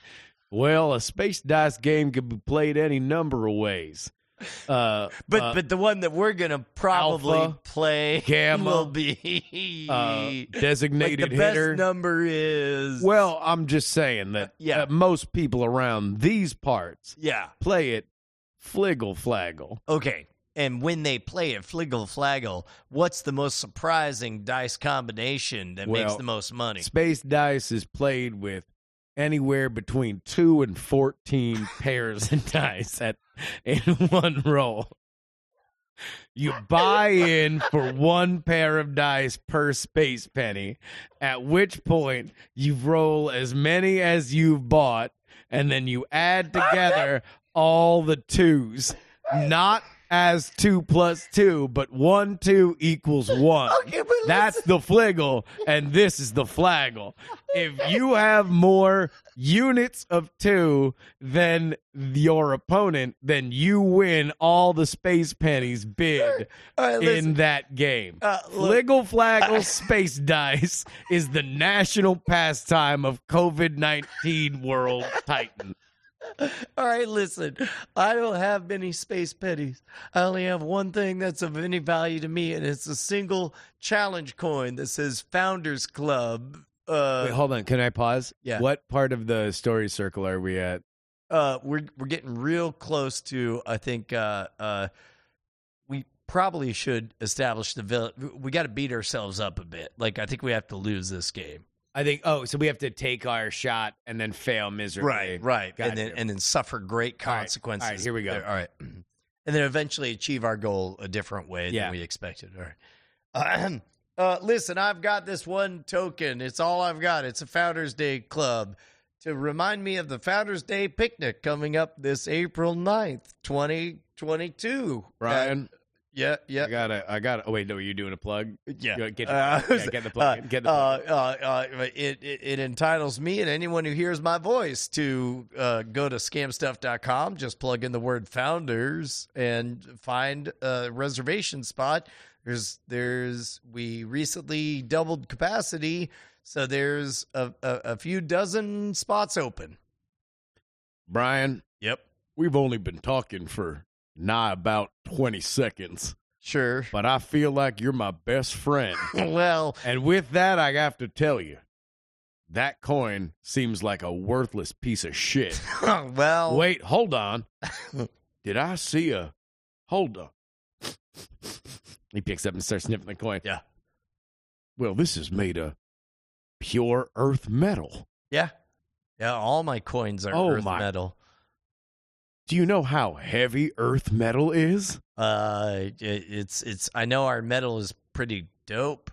[SPEAKER 2] Well, a space dice game could be played any number of ways. Uh,
[SPEAKER 1] But
[SPEAKER 2] uh,
[SPEAKER 1] but the one that we're gonna probably
[SPEAKER 2] Alpha,
[SPEAKER 1] play
[SPEAKER 2] Gamma,
[SPEAKER 1] will be
[SPEAKER 2] uh,
[SPEAKER 1] like
[SPEAKER 2] designated
[SPEAKER 1] the best
[SPEAKER 2] hitter.
[SPEAKER 1] number is
[SPEAKER 2] well, I'm just saying that
[SPEAKER 1] yeah.
[SPEAKER 2] uh, most people around these parts
[SPEAKER 1] yeah
[SPEAKER 2] play it fliggle flaggle.
[SPEAKER 1] okay. And when they play it, Fliggle Flaggle, what's the most surprising dice combination that makes
[SPEAKER 2] Well,
[SPEAKER 1] the most money?
[SPEAKER 2] Space dice is played with anywhere between two and fourteen pairs of dice at in one roll. You buy in for one pair of dice per space penny, at which point you roll as many as you've bought, and then you add together all the twos, not as two plus two, but one two equals one.
[SPEAKER 1] Okay, but
[SPEAKER 2] That's the fliggle, and this is the flaggle. If you have more units of two than your opponent, then you win all the space pennies bid
[SPEAKER 1] All right, listen.
[SPEAKER 2] in that game.
[SPEAKER 1] Uh, look.
[SPEAKER 2] Fliggle flaggle space dice is the national pastime of COVID 19 world titan.
[SPEAKER 1] All right, listen. I don't have many space pennies. I only have one thing that's of any value to me, and it's a single challenge coin that says Founders Club.
[SPEAKER 2] Wait,
[SPEAKER 1] Uh,
[SPEAKER 2] hold on. Can I pause?
[SPEAKER 1] Yeah.
[SPEAKER 2] What part of the story circle are we at?
[SPEAKER 1] uh, we're we're getting real close to. I think uh, uh, we probably should establish the villain. We got to beat ourselves up a bit. Like I think we have to lose this game.
[SPEAKER 2] I think. Oh, so we have to take our shot and then fail miserably.
[SPEAKER 1] right,
[SPEAKER 2] Gotcha.
[SPEAKER 1] and then and then suffer great
[SPEAKER 2] All right, all right,
[SPEAKER 1] consequences.
[SPEAKER 2] here we go.
[SPEAKER 1] All right, and then eventually achieve our goal a different way
[SPEAKER 2] Yeah.
[SPEAKER 1] than we expected. All right. Ahem. Uh, listen, I've got this one token. It's all I've got. It's a Founders Day club to remind me of the Founders Day picnic coming up this April 9th, 2022. Uh,
[SPEAKER 2] Brian,
[SPEAKER 1] yeah, yeah.
[SPEAKER 2] I gotta, I gotta. Oh wait, no, you're doing a plug.
[SPEAKER 1] Yeah.
[SPEAKER 2] Go- Get,
[SPEAKER 1] Uh,
[SPEAKER 2] yeah, get the plug.
[SPEAKER 1] uh,
[SPEAKER 2] get the plug.
[SPEAKER 1] uh, uh, uh, it, it, it entitles me and anyone who hears my voice to uh, go to scamstuff.com, just plug in the word founders and find a reservation spot. There's, there's, we recently doubled capacity, so there's a, a, a few dozen spots open.
[SPEAKER 2] Brian,
[SPEAKER 1] Yep.
[SPEAKER 2] we've only been talking for nigh about twenty seconds,
[SPEAKER 1] Sure.
[SPEAKER 2] but I feel like you're my best friend.
[SPEAKER 1] well,
[SPEAKER 2] and with that, I have to tell you, that coin seems like a worthless piece of shit.
[SPEAKER 1] well,
[SPEAKER 2] Wait, hold on. Did I see a? Hold on. He picks up and starts sniffing the coin.
[SPEAKER 1] Yeah.
[SPEAKER 2] Well, this is made of pure earth metal.
[SPEAKER 1] yeah. Yeah. All my coins are
[SPEAKER 2] Oh,
[SPEAKER 1] earth
[SPEAKER 2] my.
[SPEAKER 1] metal.
[SPEAKER 2] Do you know how heavy earth metal is?
[SPEAKER 1] Uh, it, it's it's. I know our metal is pretty dope.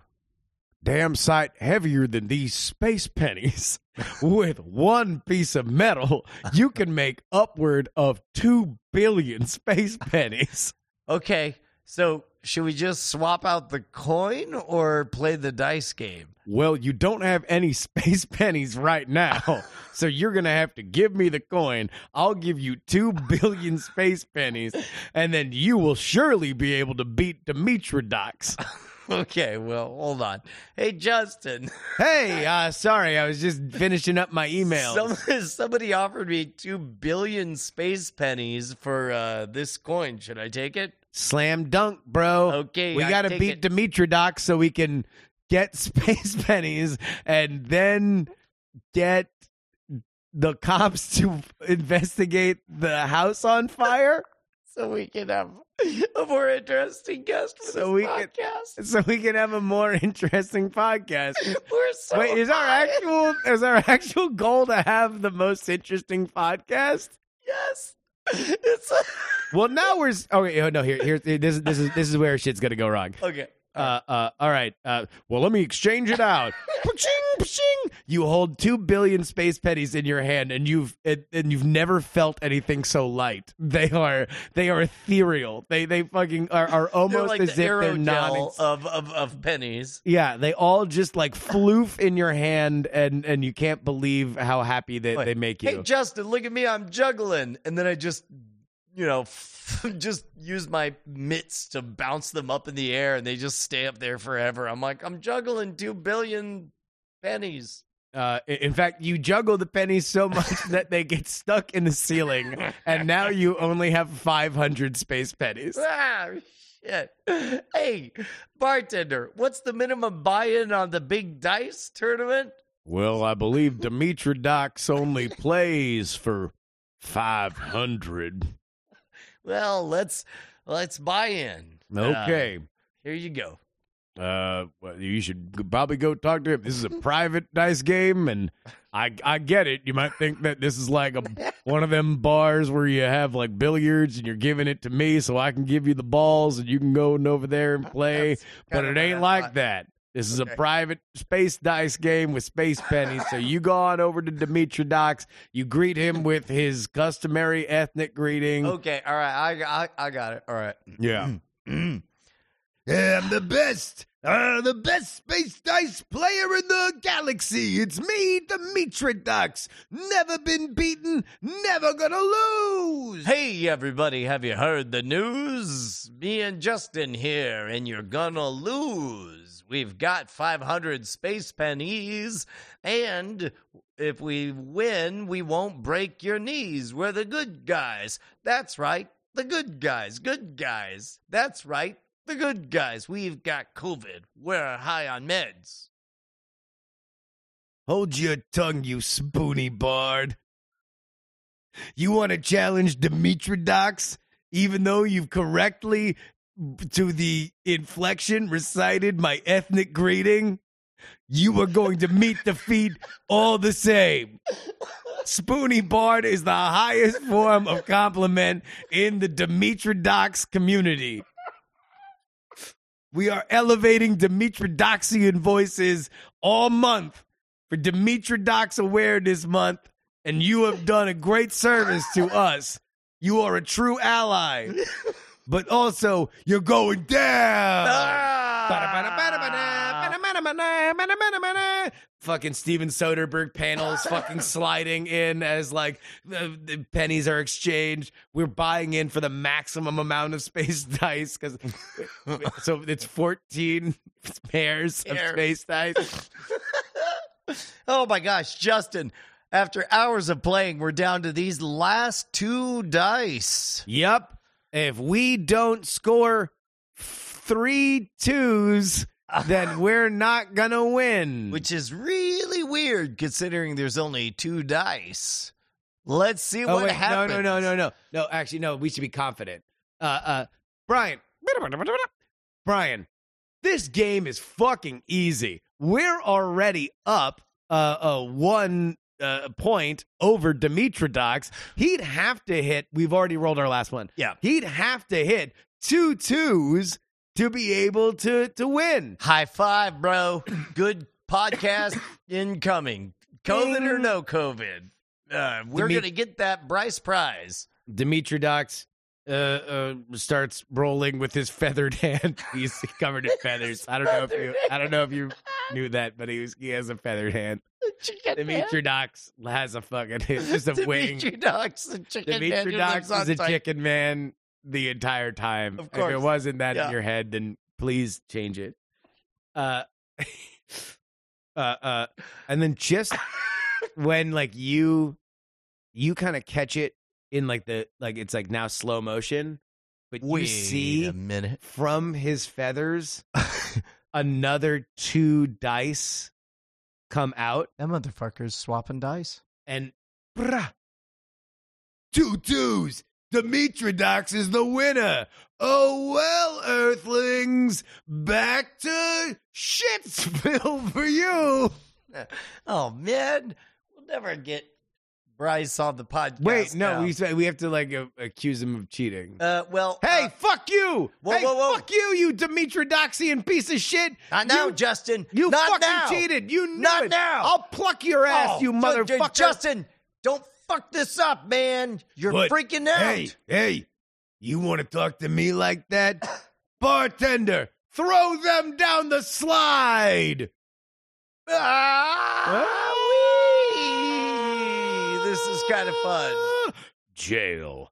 [SPEAKER 2] Damn sight heavier than these space pennies. With one piece of metal, you can make upward of two billion space pennies.
[SPEAKER 1] Okay, so should we just swap out the coin or play the dice game?
[SPEAKER 2] Well, you don't have any space pennies right now, so you're going to have to give me the coin. I'll give you 2 billion space pennies, and then you will surely be able to beat Demetridox.
[SPEAKER 1] Okay, well, hold on. Hey, Justin,
[SPEAKER 2] Hey, uh, sorry, I was just finishing up my email.
[SPEAKER 1] some- somebody offered me two billion space pennies for uh, this coin. Should I take it?
[SPEAKER 2] Slam dunk, bro.
[SPEAKER 1] Okay,
[SPEAKER 2] we
[SPEAKER 1] I
[SPEAKER 2] got to
[SPEAKER 1] take
[SPEAKER 2] beat
[SPEAKER 1] it.
[SPEAKER 2] Demetridox so we can get space pennies and then get the cops to investigate the house on fire.
[SPEAKER 1] so we can have a more interesting guest for
[SPEAKER 2] So
[SPEAKER 1] this
[SPEAKER 2] we can-
[SPEAKER 1] podcast.
[SPEAKER 2] so we can have a more interesting podcast.
[SPEAKER 1] We're so
[SPEAKER 2] Wait, is our
[SPEAKER 1] high.
[SPEAKER 2] actual is our actual goal to have the most interesting podcast?
[SPEAKER 1] yes? It's
[SPEAKER 2] Well, now we're s- okay. oh, No, here, here, this is this is this is where shit's gonna go wrong.
[SPEAKER 1] okay.
[SPEAKER 2] Uh, uh, all right. Uh, well, let me exchange it out. Pshing, pshing. You hold two billion space pennies in your hand, and you've and, and you've never felt anything so light. They are they are ethereal. They they fucking are, are
[SPEAKER 1] They're
[SPEAKER 2] almost
[SPEAKER 1] like
[SPEAKER 2] as if
[SPEAKER 1] the
[SPEAKER 2] they're not.
[SPEAKER 1] aerogel of, of of pennies.
[SPEAKER 2] Yeah, they all just like floof in your hand, and and you can't believe how happy that
[SPEAKER 1] Like,
[SPEAKER 2] they make you.
[SPEAKER 1] Hey, Justin, look at me. I'm juggling. And then I just, you know, just use my mitts to bounce them up in the air and they just stay up there forever. I'm like, I'm juggling two billion pennies.
[SPEAKER 2] uh, i- in fact, you juggle the pennies so much that they get stuck in the ceiling, and now you only have five hundred space pennies.
[SPEAKER 1] Ah, shit. Hey, bartender, what's the minimum buy in on the big dice tournament?
[SPEAKER 2] Well, I believe Demetridox only plays for five hundred.
[SPEAKER 1] Well, let's let's buy in. Uh,
[SPEAKER 2] Okay.
[SPEAKER 1] here you go.
[SPEAKER 2] uh well, you should g- probably go talk to him this is a private dice game and i i get it you might think that this is like a one of them bars where you have like billiards and you're giving it to me so i can give you the balls and you can go and over there and play
[SPEAKER 1] That's
[SPEAKER 2] but
[SPEAKER 1] kinda
[SPEAKER 2] it
[SPEAKER 1] what
[SPEAKER 2] ain't
[SPEAKER 1] I
[SPEAKER 2] like
[SPEAKER 1] thought.
[SPEAKER 2] that This is
[SPEAKER 1] Okay.
[SPEAKER 2] a private space dice game with space pennies. so you go on over to Dimitri Docs. You greet him with his customary ethnic greeting.
[SPEAKER 1] Okay, all right, I I, I got it. All right.
[SPEAKER 2] Yeah.
[SPEAKER 1] Mm.
[SPEAKER 2] Yeah, I'm the best. Uh, the best space dice player in the galaxy. It's me, Demetridox. Never been beaten, never gonna lose.
[SPEAKER 1] Hey everybody, have you heard the news? Me and Justin here, and you're gonna lose. We've got 500 space pennies, and if we win, we won't break your knees. We're the good guys. That's right, the good guys, good guys. That's right, the good guys. We've got COVID. We're high on meds.
[SPEAKER 2] Hold your tongue, you spoony bard. You want to challenge Demetridox, even though you've correctly, to the inflection, recited my ethnic greeting? You are going to meet defeat all the same. Spoony Bard is the highest form of compliment in the Demetridox community. We are elevating Demetridoxian voices all month for Demetridox Awareness Month, and you have done a great service to us. You are a true ally, but also you're going down.
[SPEAKER 1] Ah,
[SPEAKER 2] Fucking Steven Soderbergh panels fucking sliding in as like the, the pennies are exchanged. We're buying in for the maximum amount of space dice because so it's 14 pairs of
[SPEAKER 1] Pairs.
[SPEAKER 2] space dice.
[SPEAKER 1] Oh my gosh, Justin, after hours of playing, we're down to these last two dice.
[SPEAKER 2] Yep. If we don't score three twos, then we're not gonna win.
[SPEAKER 1] Which is really weird considering there's only two dice. Let's see
[SPEAKER 2] oh,
[SPEAKER 1] what
[SPEAKER 2] wait,
[SPEAKER 1] happens.
[SPEAKER 2] No, no, no, no, no, no. Actually, no. We should be confident. Uh, uh, Brian, Brian, this game is fucking easy. We're already up uh, uh one uh, point over Demetridox. He'd have to hit. We've already rolled our last one.
[SPEAKER 1] Yeah.
[SPEAKER 2] he'd have to hit two twos to be able to to win.
[SPEAKER 1] High five, bro. Good podcast incoming. COVID or no COVID. Uh, we're
[SPEAKER 2] Demi-
[SPEAKER 1] going to get that Bryce Prize.
[SPEAKER 2] Demetridox uh, uh, starts rolling with his feathered hand. He's covered in feathers. I don't know if you, I don't know if you knew that, but he was, he has a feathered hand. Demetridox has a fucking it's just a wing.
[SPEAKER 1] Demetridox, the chicken man who lives
[SPEAKER 2] Demetridox
[SPEAKER 1] on
[SPEAKER 2] is a
[SPEAKER 1] site.
[SPEAKER 2] chicken man the entire time.
[SPEAKER 1] Of
[SPEAKER 2] If
[SPEAKER 1] course.
[SPEAKER 2] it wasn't that
[SPEAKER 1] Yeah.
[SPEAKER 2] in your head, then please change it. Uh, uh, uh, and then just when like you, you kind of catch it in like the like it's like now slow motion, but you
[SPEAKER 1] Wait
[SPEAKER 2] see
[SPEAKER 1] a minute.
[SPEAKER 2] from his feathers another two dice come out
[SPEAKER 1] That motherfucker's swapping dice.
[SPEAKER 2] and brah, two twos. Demetridox is the winner. Oh well, Earthlings, back to Shitsville for you.
[SPEAKER 1] Oh man, we'll never get Bryce on the podcast.
[SPEAKER 2] Wait,
[SPEAKER 1] now.
[SPEAKER 2] no, we we have to like a- accuse him of cheating.
[SPEAKER 1] Uh, well,
[SPEAKER 2] hey,
[SPEAKER 1] uh,
[SPEAKER 2] fuck you!
[SPEAKER 1] whoa,
[SPEAKER 2] hey,
[SPEAKER 1] whoa, whoa.
[SPEAKER 2] fuck you, you Demetridoxian piece of shit!
[SPEAKER 1] uh, not now,
[SPEAKER 2] you,
[SPEAKER 1] Justin.
[SPEAKER 2] you
[SPEAKER 1] not
[SPEAKER 2] fucking
[SPEAKER 1] now.
[SPEAKER 2] cheated. You knew
[SPEAKER 1] Not
[SPEAKER 2] it.
[SPEAKER 1] now.
[SPEAKER 2] I'll pluck your ass,
[SPEAKER 1] Oh,
[SPEAKER 2] you
[SPEAKER 1] Ju- Ju-
[SPEAKER 2] motherfucker.
[SPEAKER 1] Justin, don't fuck this up, man. You're
[SPEAKER 2] What?
[SPEAKER 1] freaking out.
[SPEAKER 2] Hey, hey, you want to talk to me like that? Bartender, throw them down the slide.
[SPEAKER 1] Ah, wee. This is kind of fun.
[SPEAKER 2] Jail.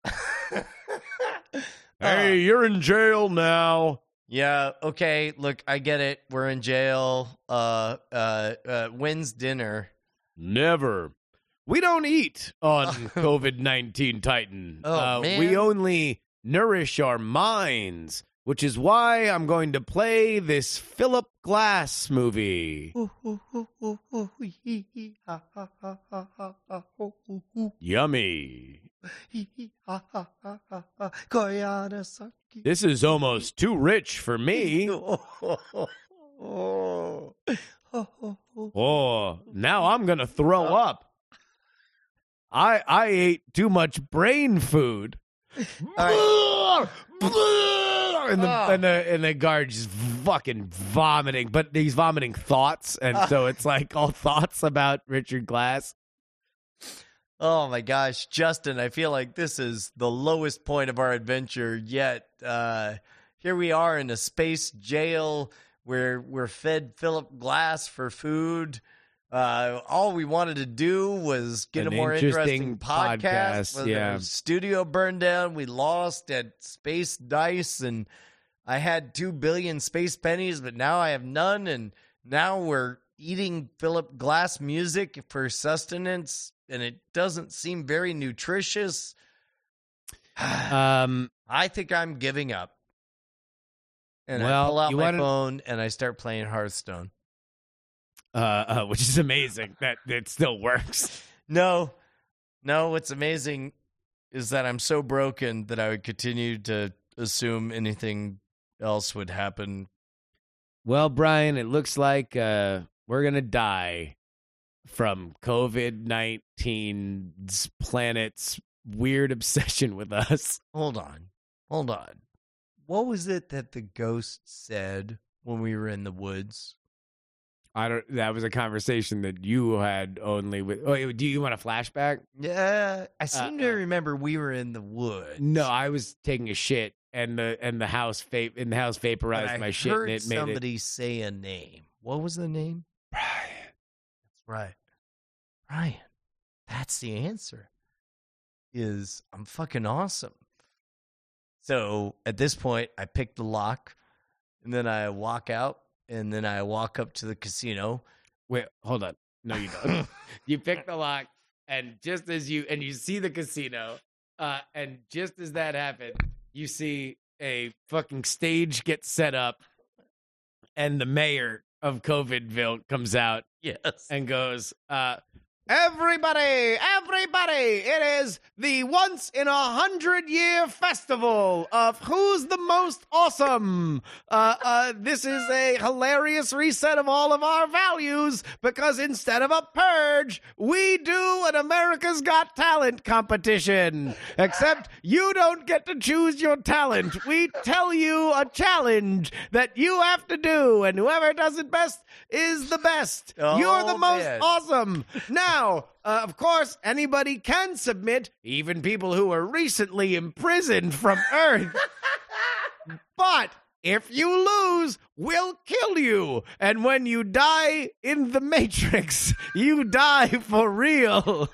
[SPEAKER 2] hey, you're in jail now.
[SPEAKER 1] Yeah, okay, look, I get it. We're in jail. Uh uh uh when's dinner?
[SPEAKER 2] Never. We don't eat on COVID 19 Titan.
[SPEAKER 1] Oh,
[SPEAKER 2] uh,
[SPEAKER 1] man.
[SPEAKER 2] We only nourish our minds, which is why I'm going to play this Philip Glass movie. Yummy. This is almost too rich for me. Oh, now I'm going to throw up. I I ate too much brain food.
[SPEAKER 1] All
[SPEAKER 2] and the
[SPEAKER 1] Oh.
[SPEAKER 2] and the and the guard just fucking vomiting, but he's vomiting thoughts, and so it's like all thoughts about Richard Glass.
[SPEAKER 1] Oh my gosh, Justin, I feel like this is the lowest point of our adventure yet. Uh, here we are in a space jail where we're fed Philip Glass for food. Uh, all we wanted to do was get
[SPEAKER 2] An
[SPEAKER 1] a more
[SPEAKER 2] interesting
[SPEAKER 1] interesting podcast.
[SPEAKER 2] podcast,
[SPEAKER 1] Well,
[SPEAKER 2] yeah.
[SPEAKER 1] the Studio burned down. We lost at Space Dice, and I had two billion space pennies, but now I have none. And now we're eating Philip Glass music for sustenance, and it doesn't seem very nutritious.
[SPEAKER 2] Um,
[SPEAKER 1] I think I'm giving up. And I
[SPEAKER 2] Well,
[SPEAKER 1] pull out
[SPEAKER 2] you
[SPEAKER 1] my
[SPEAKER 2] wanna-
[SPEAKER 1] phone and I start playing Hearthstone.
[SPEAKER 2] uh, uh, which is amazing that it still works.
[SPEAKER 1] No, no, what's amazing is that I'm so broken that I would continue to assume anything else would happen.
[SPEAKER 2] Well, Brian, it looks like uh, we're gonna die from COVID 19's planet's weird obsession with us.
[SPEAKER 1] Hold on. Hold on. What was it that the ghost said when we were in the woods?
[SPEAKER 2] I don't. That was a conversation that you had only with. Oh, do you want a flashback?
[SPEAKER 1] Yeah, I seem to
[SPEAKER 2] Uh-uh.
[SPEAKER 1] remember we were in the woods.
[SPEAKER 2] No, I was taking a shit, and the and the house va- and the house
[SPEAKER 1] but
[SPEAKER 2] vaporized
[SPEAKER 1] I
[SPEAKER 2] my shit,
[SPEAKER 1] heard
[SPEAKER 2] and it made it.
[SPEAKER 1] somebody say a name. What was the name?
[SPEAKER 2] Brian.
[SPEAKER 1] That's right, Brian. That's the answer. Is I'm fucking awesome. So at this point, I pick the lock, and then I walk out, and then I walk up to the casino.
[SPEAKER 2] Wait, hold on. No, you don't. you pick the lock, and just as you and you see the casino, uh, and just as that happened, you see a fucking stage get set up, and the mayor of COVIDville comes out
[SPEAKER 1] yes.
[SPEAKER 2] and goes, uh, Everybody, everybody, it is the once in a hundred year festival of who's the most awesome. Uh, uh, this is a hilarious reset of all of our values because instead of a purge, we do an America's Got Talent competition. Except you don't get to choose your talent. We tell you a challenge that you have to do, and whoever does it best is the best. You're
[SPEAKER 1] Oh,
[SPEAKER 2] the most
[SPEAKER 1] man.
[SPEAKER 2] awesome. Now, uh, of course, anybody can submit, even people who were recently imprisoned from Earth. but if you lose, we'll kill you. And when you die in the Matrix, you die for real.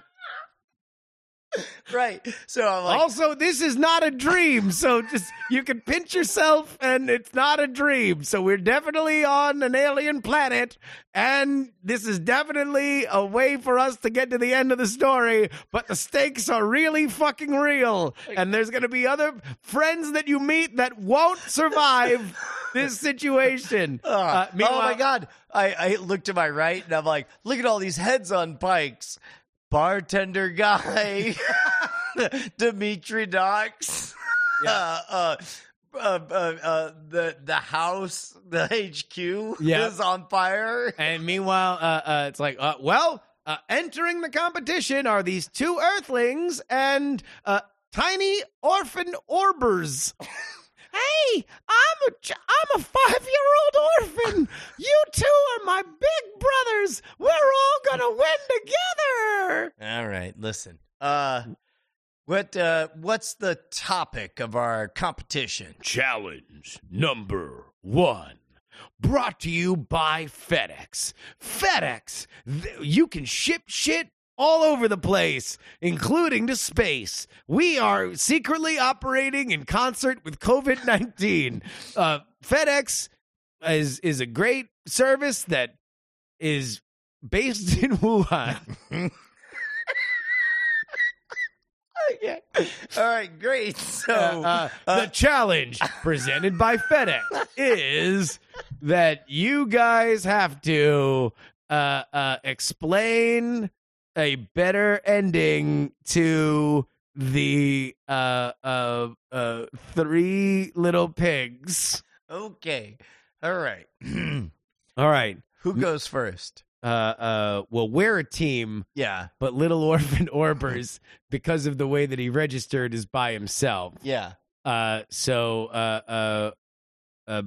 [SPEAKER 1] right. So I'm like,
[SPEAKER 2] also, this is not a dream, so just you can pinch yourself, and it's not a dream. So we're definitely on an alien planet, and this is definitely a way for us to get to the end of the story. But the stakes are really fucking real, and there's going to be other friends that you meet that won't survive this situation.
[SPEAKER 1] Uh,
[SPEAKER 2] Uh,
[SPEAKER 1] oh my
[SPEAKER 2] meanwhile-
[SPEAKER 1] god! I, I look to my right and I'm like, look at all these heads on pikes. Bartender guy, Dimitri Dox, uh, uh, uh, uh, uh, the the house, the HQ
[SPEAKER 2] Yeah.
[SPEAKER 1] is on fire.
[SPEAKER 2] And meanwhile, uh, uh, it's like, uh, well, uh, entering the competition are these two Earthlings and uh, tiny orphan orbers. hey, I'm a ch- I'm a five year old orphan. You two are my big brothers. We're all gonna win together.
[SPEAKER 1] All right, listen. Uh, what uh, what's the topic of our competition?
[SPEAKER 2] Challenge number one. Brought to you by FedEx. FedEx, th- you can ship shit all over the place, including to space. We are secretly operating in concert with COVID 19. Uh, FedEx is, is a great service that is based in Wuhan.
[SPEAKER 1] Okay. All right, great. So
[SPEAKER 2] Uh, uh, the challenge presented by FedEx is that you guys have to uh, uh, explain a better ending to the uh, uh, uh, three little pigs.
[SPEAKER 1] okay, all right.
[SPEAKER 2] All right.
[SPEAKER 1] Who goes first?
[SPEAKER 2] Uh, uh, well, we're a team,
[SPEAKER 1] Yeah,
[SPEAKER 2] but Little Orphan Orbers, because of the way that he registered, is by himself.
[SPEAKER 1] yeah.
[SPEAKER 2] Uh, so uh, uh, uh,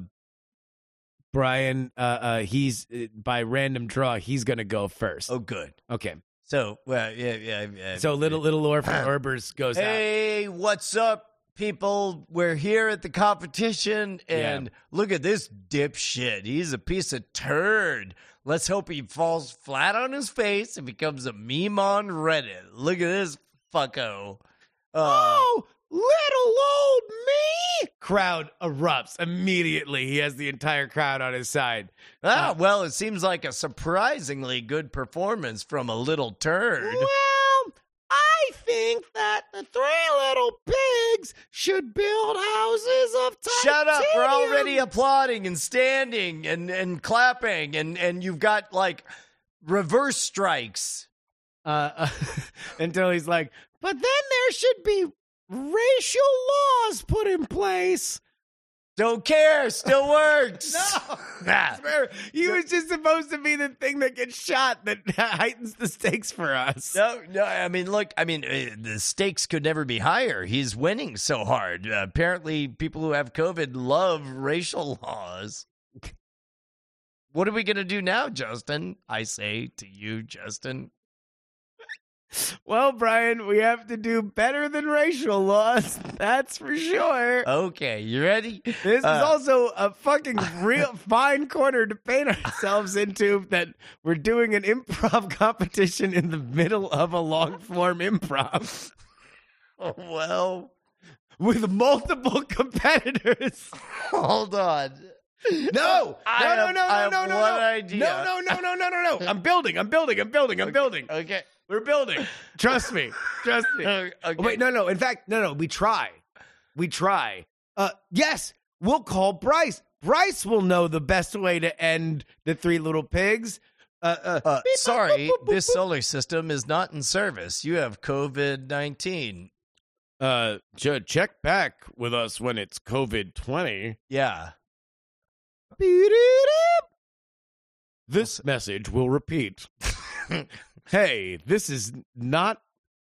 [SPEAKER 2] Brian, uh, uh, he's uh, by random draw, he's gonna go first.
[SPEAKER 1] Oh, good.
[SPEAKER 2] Okay,
[SPEAKER 1] So, well, yeah, yeah. yeah.
[SPEAKER 2] so little little orphan Orbers goes out.
[SPEAKER 1] Hey, what's up, people? We're here at the competition, and look at this dipshit. He's a piece of turd. Let's hope he falls flat on his face and becomes a meme on Reddit. Look at this fucko. Uh,
[SPEAKER 2] Oh, little old me! Crowd erupts immediately. He has the entire crowd on his side.
[SPEAKER 1] ah, well, it seems like a surprisingly good performance from a little turd.
[SPEAKER 2] Well, I think that the three little pigs should build houses of
[SPEAKER 1] Shut up! We're already applauding and standing and, and clapping, and, and you've got like reverse strikes.
[SPEAKER 2] uh, uh, until he's like, but then there should be racial laws put in place.
[SPEAKER 1] Don't care. Still works. Ah.
[SPEAKER 2] Swear, he was just supposed to be the thing that gets shot that heightens the stakes for us.
[SPEAKER 1] No, no. I mean, look. I mean, uh, the stakes could never be higher. He's winning so hard. Uh, apparently, people who have COVID love racial laws. What are we gonna do now, Justin? I say to you, Justin.
[SPEAKER 2] Well, Brian, we have to do better than racial laws. That's for sure.
[SPEAKER 1] Okay, you ready?
[SPEAKER 2] This is
[SPEAKER 1] Uh,
[SPEAKER 2] also a fucking real fine corner to paint ourselves into that we're doing an improv competition in the middle of a long form improv
[SPEAKER 1] Oh, Well,
[SPEAKER 2] with multiple competitors.
[SPEAKER 1] hold on.
[SPEAKER 2] No,
[SPEAKER 1] I
[SPEAKER 2] no,
[SPEAKER 1] have- I
[SPEAKER 2] no, no, no,
[SPEAKER 1] have
[SPEAKER 2] no, no,
[SPEAKER 1] one
[SPEAKER 2] no,
[SPEAKER 1] idea.
[SPEAKER 2] no, no, no, no, no, no, no. I'm building. I'm building. I'm building. I'm building.
[SPEAKER 1] Okay.
[SPEAKER 2] We're building. Trust me. Trust me.
[SPEAKER 1] Uh, okay.
[SPEAKER 2] Wait, no, no. In fact, no, no. We try. We try. Uh, yes, we'll call Bryce. Bryce will know the best way to end the Three Little Pigs. Uh, uh,
[SPEAKER 1] Uh, sorry, this solar system is not in service. You have COVID nineteen.
[SPEAKER 2] uh, check back with us when it's COVID twenty.
[SPEAKER 1] Yeah.
[SPEAKER 2] This message will repeat. hey, this is not.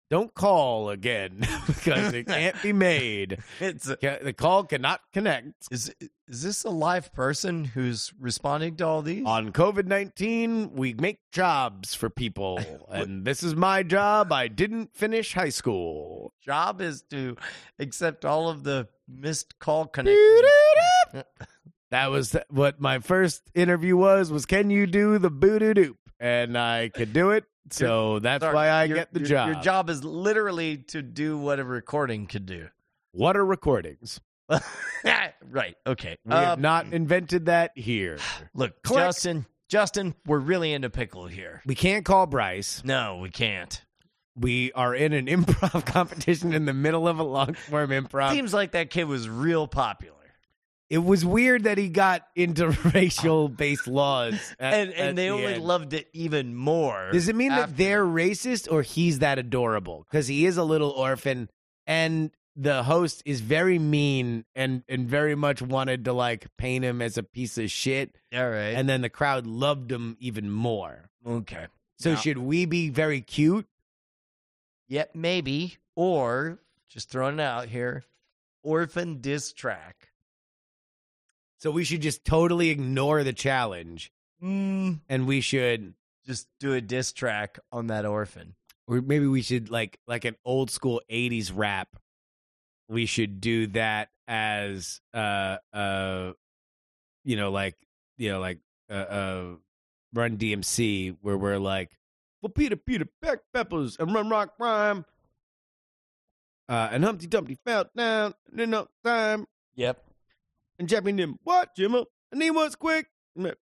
[SPEAKER 2] Don't call again because it can't be made.
[SPEAKER 1] It's
[SPEAKER 2] Ca- The call cannot connect.
[SPEAKER 1] is is this a live person who's responding to all these?
[SPEAKER 2] On COVID 19, we make jobs for people. And this is my job. I didn't finish high school.
[SPEAKER 1] Job is to accept all of the missed call connections.
[SPEAKER 2] That was th- what my first interview was, was can you do the boo doo doop? And I could do it. So that's
[SPEAKER 1] Sorry,
[SPEAKER 2] why I
[SPEAKER 1] your-
[SPEAKER 2] get the
[SPEAKER 1] your-
[SPEAKER 2] job.
[SPEAKER 1] Your job is literally to do what a recording could do.
[SPEAKER 2] What are recordings?
[SPEAKER 1] right. Okay.
[SPEAKER 2] We have
[SPEAKER 1] Um,
[SPEAKER 2] not invented that here.
[SPEAKER 1] look,
[SPEAKER 2] Click.
[SPEAKER 1] Justin. Justin, we're really into pickle here.
[SPEAKER 2] We can't call Bryce.
[SPEAKER 1] No, we can't.
[SPEAKER 2] We are in an improv competition in the middle of a long form improv.
[SPEAKER 1] Seems like that kid was real popular.
[SPEAKER 2] It was weird that he got into racial based laws. at-
[SPEAKER 1] and
[SPEAKER 2] at
[SPEAKER 1] and they
[SPEAKER 2] the
[SPEAKER 1] only
[SPEAKER 2] end.
[SPEAKER 1] loved it even more.
[SPEAKER 2] Does it mean
[SPEAKER 1] after
[SPEAKER 2] that they're racist or he's that adorable? Because he is a little orphan and the host is very mean and, and very much wanted to like paint him as a piece of shit.
[SPEAKER 1] All right.
[SPEAKER 2] And then the crowd loved him even more.
[SPEAKER 1] okay.
[SPEAKER 2] So
[SPEAKER 1] Yeah.
[SPEAKER 2] should we be very cute?
[SPEAKER 1] Yep, maybe. Or just throwing it out here, orphan diss track.
[SPEAKER 2] So we should just totally ignore the challenge
[SPEAKER 1] Mm,
[SPEAKER 2] and we should
[SPEAKER 1] just do a diss track on that orphan.
[SPEAKER 2] or maybe we should like like an old school 80s rap we should do that as uh uh you know like you know like uh, uh run dmc where we're like well peter peter peck peppers and run rock rhyme uh and humpty dumpty fell down and then up time
[SPEAKER 1] Yep.
[SPEAKER 2] and jabbing them what jimmo and he was quick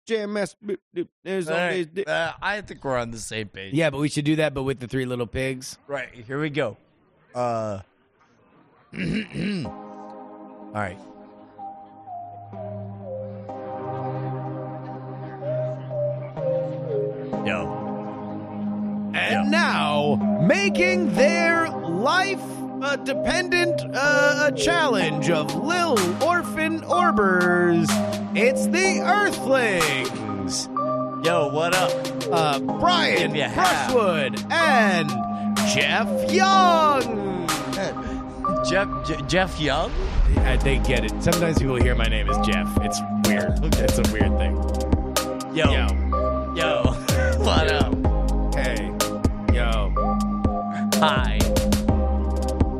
[SPEAKER 2] jam master there's always
[SPEAKER 1] Uh, I think we're on the same page.
[SPEAKER 2] yeah but we should do that but with the three little pigs
[SPEAKER 1] Right. Here we go. Uh. All right. Yo.
[SPEAKER 2] And now, making their life a dependent uh, a challenge of Lil Orphan Orbers, it's the Earthlings.
[SPEAKER 1] Yo, what up?
[SPEAKER 2] Uh, Brian
[SPEAKER 1] Give ya half.
[SPEAKER 2] Brushwood and Jeff Young.
[SPEAKER 1] Jeff J- Jeff Young?
[SPEAKER 2] Uh, They get it. Sometimes people hear my name as Jeff. It's weird.
[SPEAKER 1] Okay.
[SPEAKER 2] It's a weird thing.
[SPEAKER 1] Yo, yo, what up?
[SPEAKER 2] Hey. Yo.
[SPEAKER 1] Hi,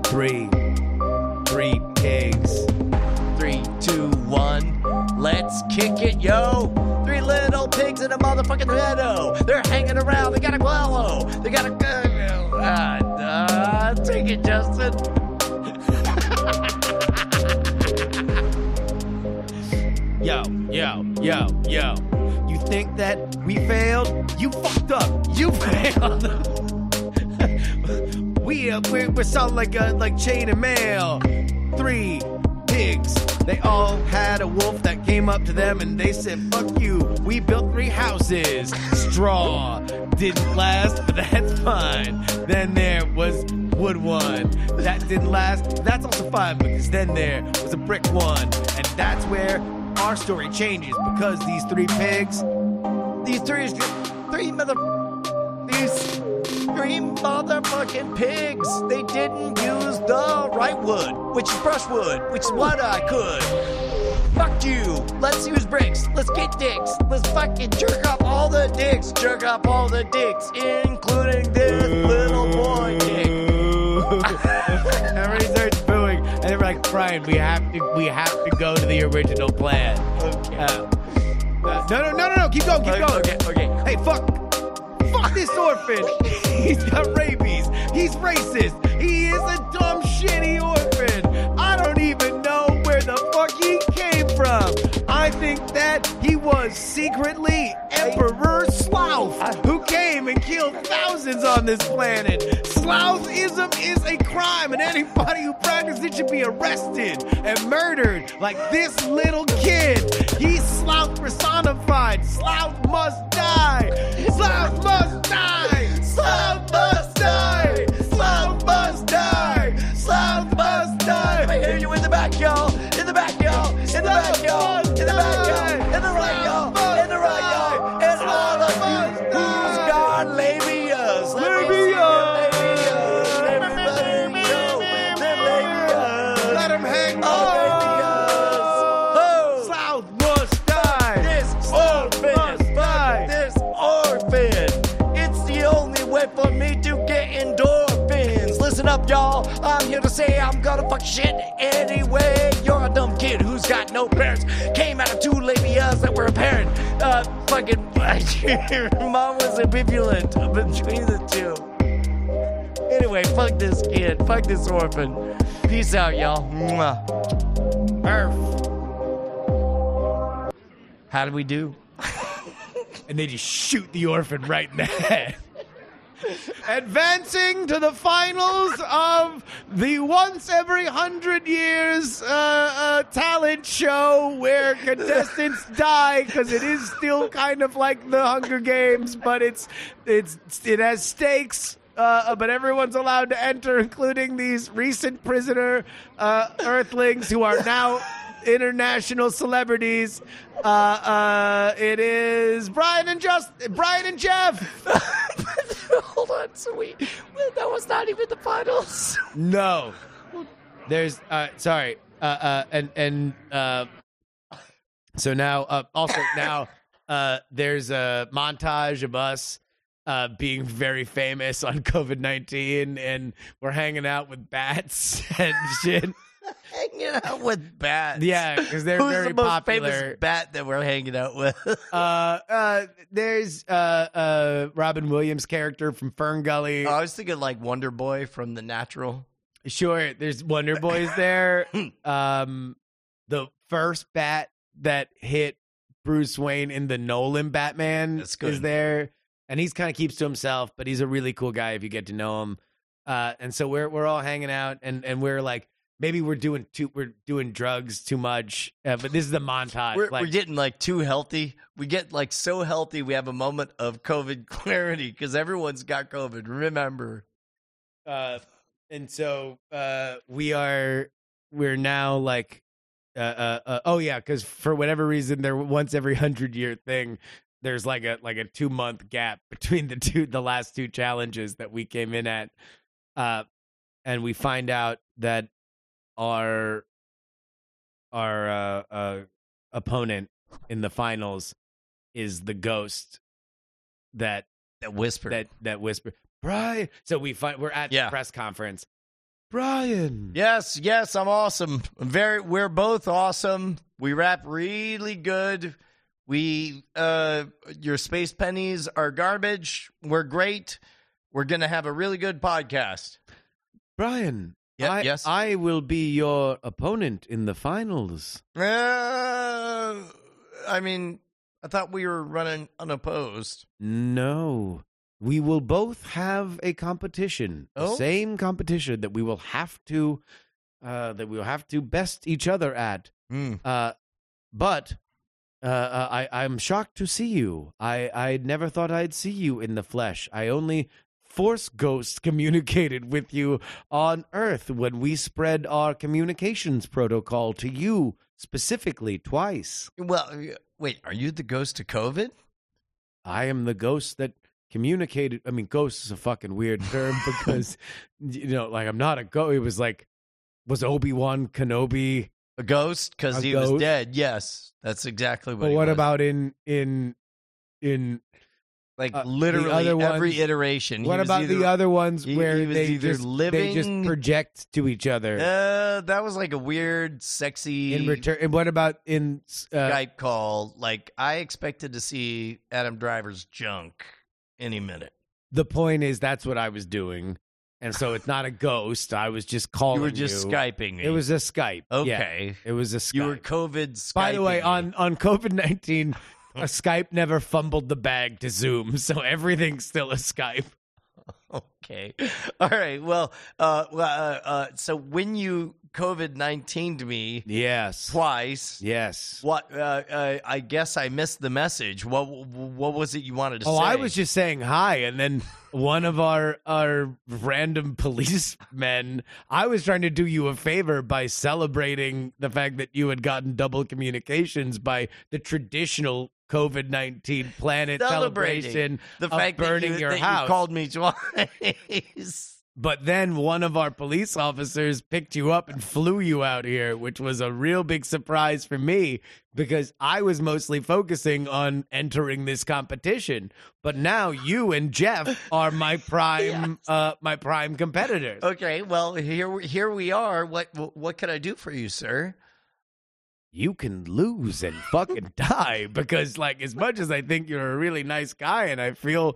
[SPEAKER 2] Three. Three pigs.
[SPEAKER 1] three, two, one. Let's kick it, yo. Three little pigs in a motherfucking meadow. They're hanging around. They got a guello. They got a. Uh, uh, take it, Justin.
[SPEAKER 2] Yo, yo, yo, yo. You think that we failed? You fucked up. You failed. we uh, we we sound like a like chain and mail. Three pigs. They all had a wolf that came up to them and they said, "Fuck you. We built three houses. Straw didn't last, but that's fine. Then there was wood one that didn't last. That's also fine because then there was a brick one, and that's where." Our story changes because these three pigs
[SPEAKER 1] These three, three mother, these three motherfucking pigs. They didn't use the right wood, which is brushwood, which is what I could. Fuck you. Let's use bricks. Let's get dicks. Let's fucking jerk up all the dicks. Jerk up all the dicks, including this little boy dick.
[SPEAKER 2] Everybody starts booing, and they're like, "Brian, we have to, we have to go to the original plan."
[SPEAKER 1] Okay.
[SPEAKER 2] Uh, uh, no, no, no, no, no! Keep going, keep going.
[SPEAKER 1] okay, okay.
[SPEAKER 2] Hey, fuck, fuck this orphan. He's got rabies. He's racist. He is a dumb, shitty orphan. I don't even know where the fuck he came from. I think that he was secretly Emperor Sloth, who came and killed thousands on this planet. Slouthism is a crime, and anybody who practices it should be arrested and murdered, like this little kid. He's Sloth personified. Sloth must die. Sloth must die. Sloth must die. Sloth must die. Sloth must
[SPEAKER 1] I
[SPEAKER 2] die.
[SPEAKER 1] hear you in the back, y'all. In the back, y'all. In the back, y'all. In the back, y'all. In the right, y'all. In the right, y'all. And all of you who's got labias. Let me see your labias. Everybody go with their labias.
[SPEAKER 2] Let him hang
[SPEAKER 1] All
[SPEAKER 2] on.
[SPEAKER 1] labias. Oh,
[SPEAKER 2] Sloth must die.
[SPEAKER 1] This orphan.
[SPEAKER 2] die.
[SPEAKER 1] This orphan. It's the only way for me to get endorphins. Listen up, y'all. I'm here to say I'm gonna fuck shit anyway. You're a dumb kid who's got no parents. Came out of two labias that were apparent. Uh, fucking. Mom was ambivalent between the two. Anyway, fuck this kid. Fuck this orphan. Peace out, y'all. Mwah. Earth. How did we do?
[SPEAKER 2] and they just shoot the orphan right in the head. Advancing to the finals of the once every hundred years uh, uh, talent show where contestants die because it is still kind of like the Hunger Games, but it's it's it has stakes. Uh, but everyone's allowed to enter, including these recent prisoner uh, Earthlings who are now international celebrities. Uh, uh, it is Brian and Just Brian and Jeff.
[SPEAKER 1] Hold on, so we that was not even the finals.
[SPEAKER 2] No, there's uh, sorry, uh, uh, and and uh, so now uh, also now uh, there's a montage of us. Uh, being very famous on COVID nineteen, and we're hanging out with bats and shit.
[SPEAKER 1] hanging out with bats.
[SPEAKER 2] Yeah, because they're
[SPEAKER 1] Who's
[SPEAKER 2] very
[SPEAKER 1] the most
[SPEAKER 2] popular.
[SPEAKER 1] famous bat that we're hanging out with?
[SPEAKER 2] uh, uh, there's uh, uh, Robin Williams' character from Fern Gully.
[SPEAKER 1] I was thinking like Wonder Boy from The Natural.
[SPEAKER 2] sure, there's Wonder Boys there.
[SPEAKER 1] Hmm.
[SPEAKER 2] um, the first bat that hit Bruce Wayne in the Nolan Batman
[SPEAKER 1] That's good.
[SPEAKER 2] is there, and he's kind of keeps to himself, but he's a really cool guy if you get to know him. Uh, and so we're we're all hanging out, and and we're like. Maybe we're doing too we're doing drugs too much, uh, but this is the montage.
[SPEAKER 1] We're,
[SPEAKER 2] like,
[SPEAKER 1] we're getting like too healthy. We get like so healthy, we have a moment of COVID clarity because everyone's got COVID. Remember,
[SPEAKER 2] uh, and so uh, we are we're now like uh, uh, uh, oh yeah because for whatever reason they're once every hundred year thing there's like a like a two month gap between the two the last two challenges that we came in at uh, and we find out that our our uh, uh, opponent in the finals is the ghost that
[SPEAKER 1] That whisper.
[SPEAKER 2] that that whisper Brian. So we find we're at
[SPEAKER 1] Yeah.
[SPEAKER 2] the press conference. Brian.
[SPEAKER 1] yes, yes, I'm awesome. I'm very we're both awesome. We rap really good. We uh your space pennies are garbage. We're great. We're gonna have a really good podcast.
[SPEAKER 2] Brian.
[SPEAKER 1] Yeah,
[SPEAKER 2] I,
[SPEAKER 1] yes.
[SPEAKER 2] I will be your opponent in the finals.
[SPEAKER 1] Uh, I mean, I thought we were running unopposed.
[SPEAKER 2] No. We will both have a competition. The
[SPEAKER 1] Oh?
[SPEAKER 2] same competition that we will have to uh, that we will have to best each other at.
[SPEAKER 1] Hmm.
[SPEAKER 2] Uh, but uh, uh, I, I'm shocked to see you. I, I never thought I'd see you in the flesh. I only force ghosts communicated with you on Earth when we spread our communications protocol to you specifically twice.
[SPEAKER 1] Well, wait, are you the ghost of COVID?
[SPEAKER 2] I am the ghost that communicated. I mean, ghost is a fucking weird term because, you know, like I'm not a ghost. It was like, was Obi Wan Kenobi?
[SPEAKER 1] A ghost because
[SPEAKER 2] A
[SPEAKER 1] he was
[SPEAKER 2] ghost?
[SPEAKER 1] dead. Yes, that's exactly what.
[SPEAKER 2] But
[SPEAKER 1] he
[SPEAKER 2] what
[SPEAKER 1] was.
[SPEAKER 2] about in in in
[SPEAKER 1] like
[SPEAKER 2] uh, the
[SPEAKER 1] literally
[SPEAKER 2] other
[SPEAKER 1] every
[SPEAKER 2] ones?
[SPEAKER 1] iteration? he
[SPEAKER 2] What
[SPEAKER 1] was
[SPEAKER 2] about
[SPEAKER 1] either-
[SPEAKER 2] the other ones
[SPEAKER 1] he-
[SPEAKER 2] where
[SPEAKER 1] he was
[SPEAKER 2] they
[SPEAKER 1] either
[SPEAKER 2] just they
[SPEAKER 1] living-
[SPEAKER 2] just project to each other
[SPEAKER 1] Uh, that was like a weird, sexy
[SPEAKER 2] in return? And what about in uh,
[SPEAKER 1] Skype call. Like I expected to see Adam Driver's junk any minute.
[SPEAKER 2] the point is that's what I was doing, and so it's not a ghost. I was just calling.
[SPEAKER 1] You were just
[SPEAKER 2] you.
[SPEAKER 1] skyping me.
[SPEAKER 2] It was a Skype. Yeah,
[SPEAKER 1] okay.
[SPEAKER 2] it was a Skype.
[SPEAKER 1] You were COVID. Skyping
[SPEAKER 2] By the way,
[SPEAKER 1] me.
[SPEAKER 2] on on COVID nineteen, Skype never fumbled the bag to Zoom, so everything's still a Skype.
[SPEAKER 1] Okay. All right. Well, uh, well, uh, uh, so when you COVID 19 to me
[SPEAKER 2] Yes.
[SPEAKER 1] twice,
[SPEAKER 2] Yes.
[SPEAKER 1] what, uh, uh, I guess I missed the message. What, what was it you wanted to
[SPEAKER 2] Oh,
[SPEAKER 1] say?
[SPEAKER 2] I was just saying hi, and then one of our our random policemen. I was trying to do you a favor by celebrating the fact that you had gotten double communications by the traditional COVID nineteen planet
[SPEAKER 1] Celebrating
[SPEAKER 2] celebration.
[SPEAKER 1] the
[SPEAKER 2] of
[SPEAKER 1] fact
[SPEAKER 2] burning
[SPEAKER 1] that, you,
[SPEAKER 2] your
[SPEAKER 1] that you
[SPEAKER 2] house.
[SPEAKER 1] called me twice.
[SPEAKER 2] But then one of our police officers picked you up and flew you out here, which was a real big surprise for me because I was mostly focusing on entering this competition. But now you and Jeff are my prime, uh, my prime competitors.
[SPEAKER 1] okay. Well, here, we- here we are. What, what can I do for you, sir?
[SPEAKER 2] You can lose and fucking die because, like, as much as I think you're a really nice guy, and I feel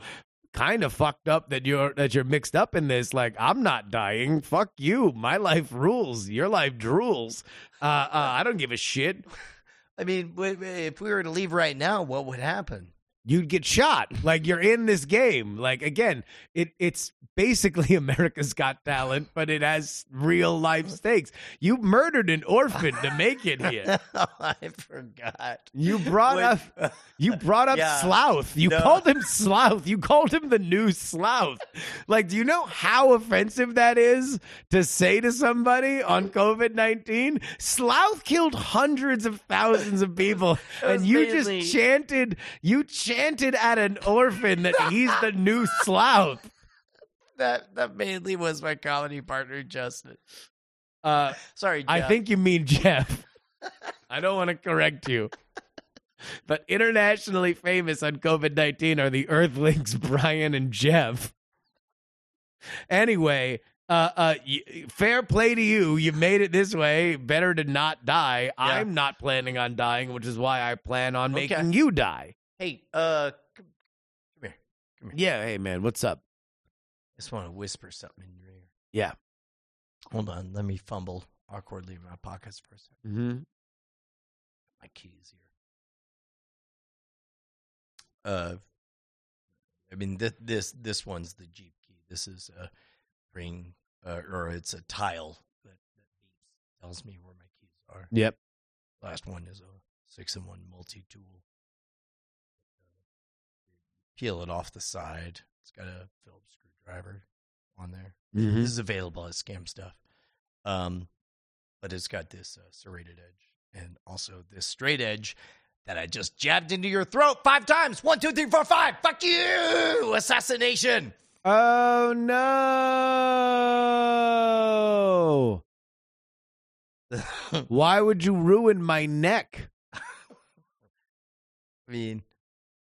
[SPEAKER 2] kind of fucked up that you're that you're mixed up in this like i'm not dying fuck you my life rules your life drools uh, uh i don't give a shit
[SPEAKER 1] I mean, w- w- if we were to leave right now, what would happen?
[SPEAKER 2] you'd get shot. Like you're in this game. Like again, it it's basically America's Got Talent, but it has real life stakes. You murdered an orphan to make it here.
[SPEAKER 1] I forgot.
[SPEAKER 2] You brought up
[SPEAKER 1] When-
[SPEAKER 2] you brought up
[SPEAKER 1] Yeah.
[SPEAKER 2] Sloth. You
[SPEAKER 1] No.
[SPEAKER 2] called him Sloth. You called him the new Sloth. Like, do you know how offensive that is to say to somebody on COVID 19? Sloth killed hundreds of thousands of people.
[SPEAKER 1] That was
[SPEAKER 2] And you
[SPEAKER 1] mainly-
[SPEAKER 2] just chanted, you chanted at an orphan that he's the new Sloth.
[SPEAKER 1] that that mainly was my comedy partner Justin.
[SPEAKER 2] Uh,
[SPEAKER 1] Sorry, Jeff.
[SPEAKER 2] I think you mean Jeff. I don't want to correct you. But internationally famous on COVID 19 are the Earthlings, Brian and Jeff. Anyway, uh, uh, y- fair play to you. You made it this way. Better to not die. I'm not planning on dying, which is why I plan on
[SPEAKER 1] Okay.
[SPEAKER 2] making you die.
[SPEAKER 1] Hey, uh, I
[SPEAKER 2] Yeah, hey, man, what's up?
[SPEAKER 1] just want to whisper something in your ear.
[SPEAKER 2] Yeah.
[SPEAKER 1] Hold on, let me fumble awkwardly in my pockets for a second.
[SPEAKER 2] Mm-hmm.
[SPEAKER 1] My keys here. Uh, I mean this this this one's the Jeep key. This is a ring, uh, or it's a tile that, that beeps, tells me where my keys are.
[SPEAKER 2] Yep.
[SPEAKER 1] Last one is a six in one multi tool. Peel it off the side. It's got a Phillips screwdriver on there.
[SPEAKER 2] Mm-hmm.
[SPEAKER 1] This is available as scam stuff. Um, but it's got this uh, serrated edge and also this straight edge that I just jabbed into your throat five times. One, two, three, four, five. Fuck you! Assassination!
[SPEAKER 2] Oh, no. Why would you ruin my neck?
[SPEAKER 3] I mean,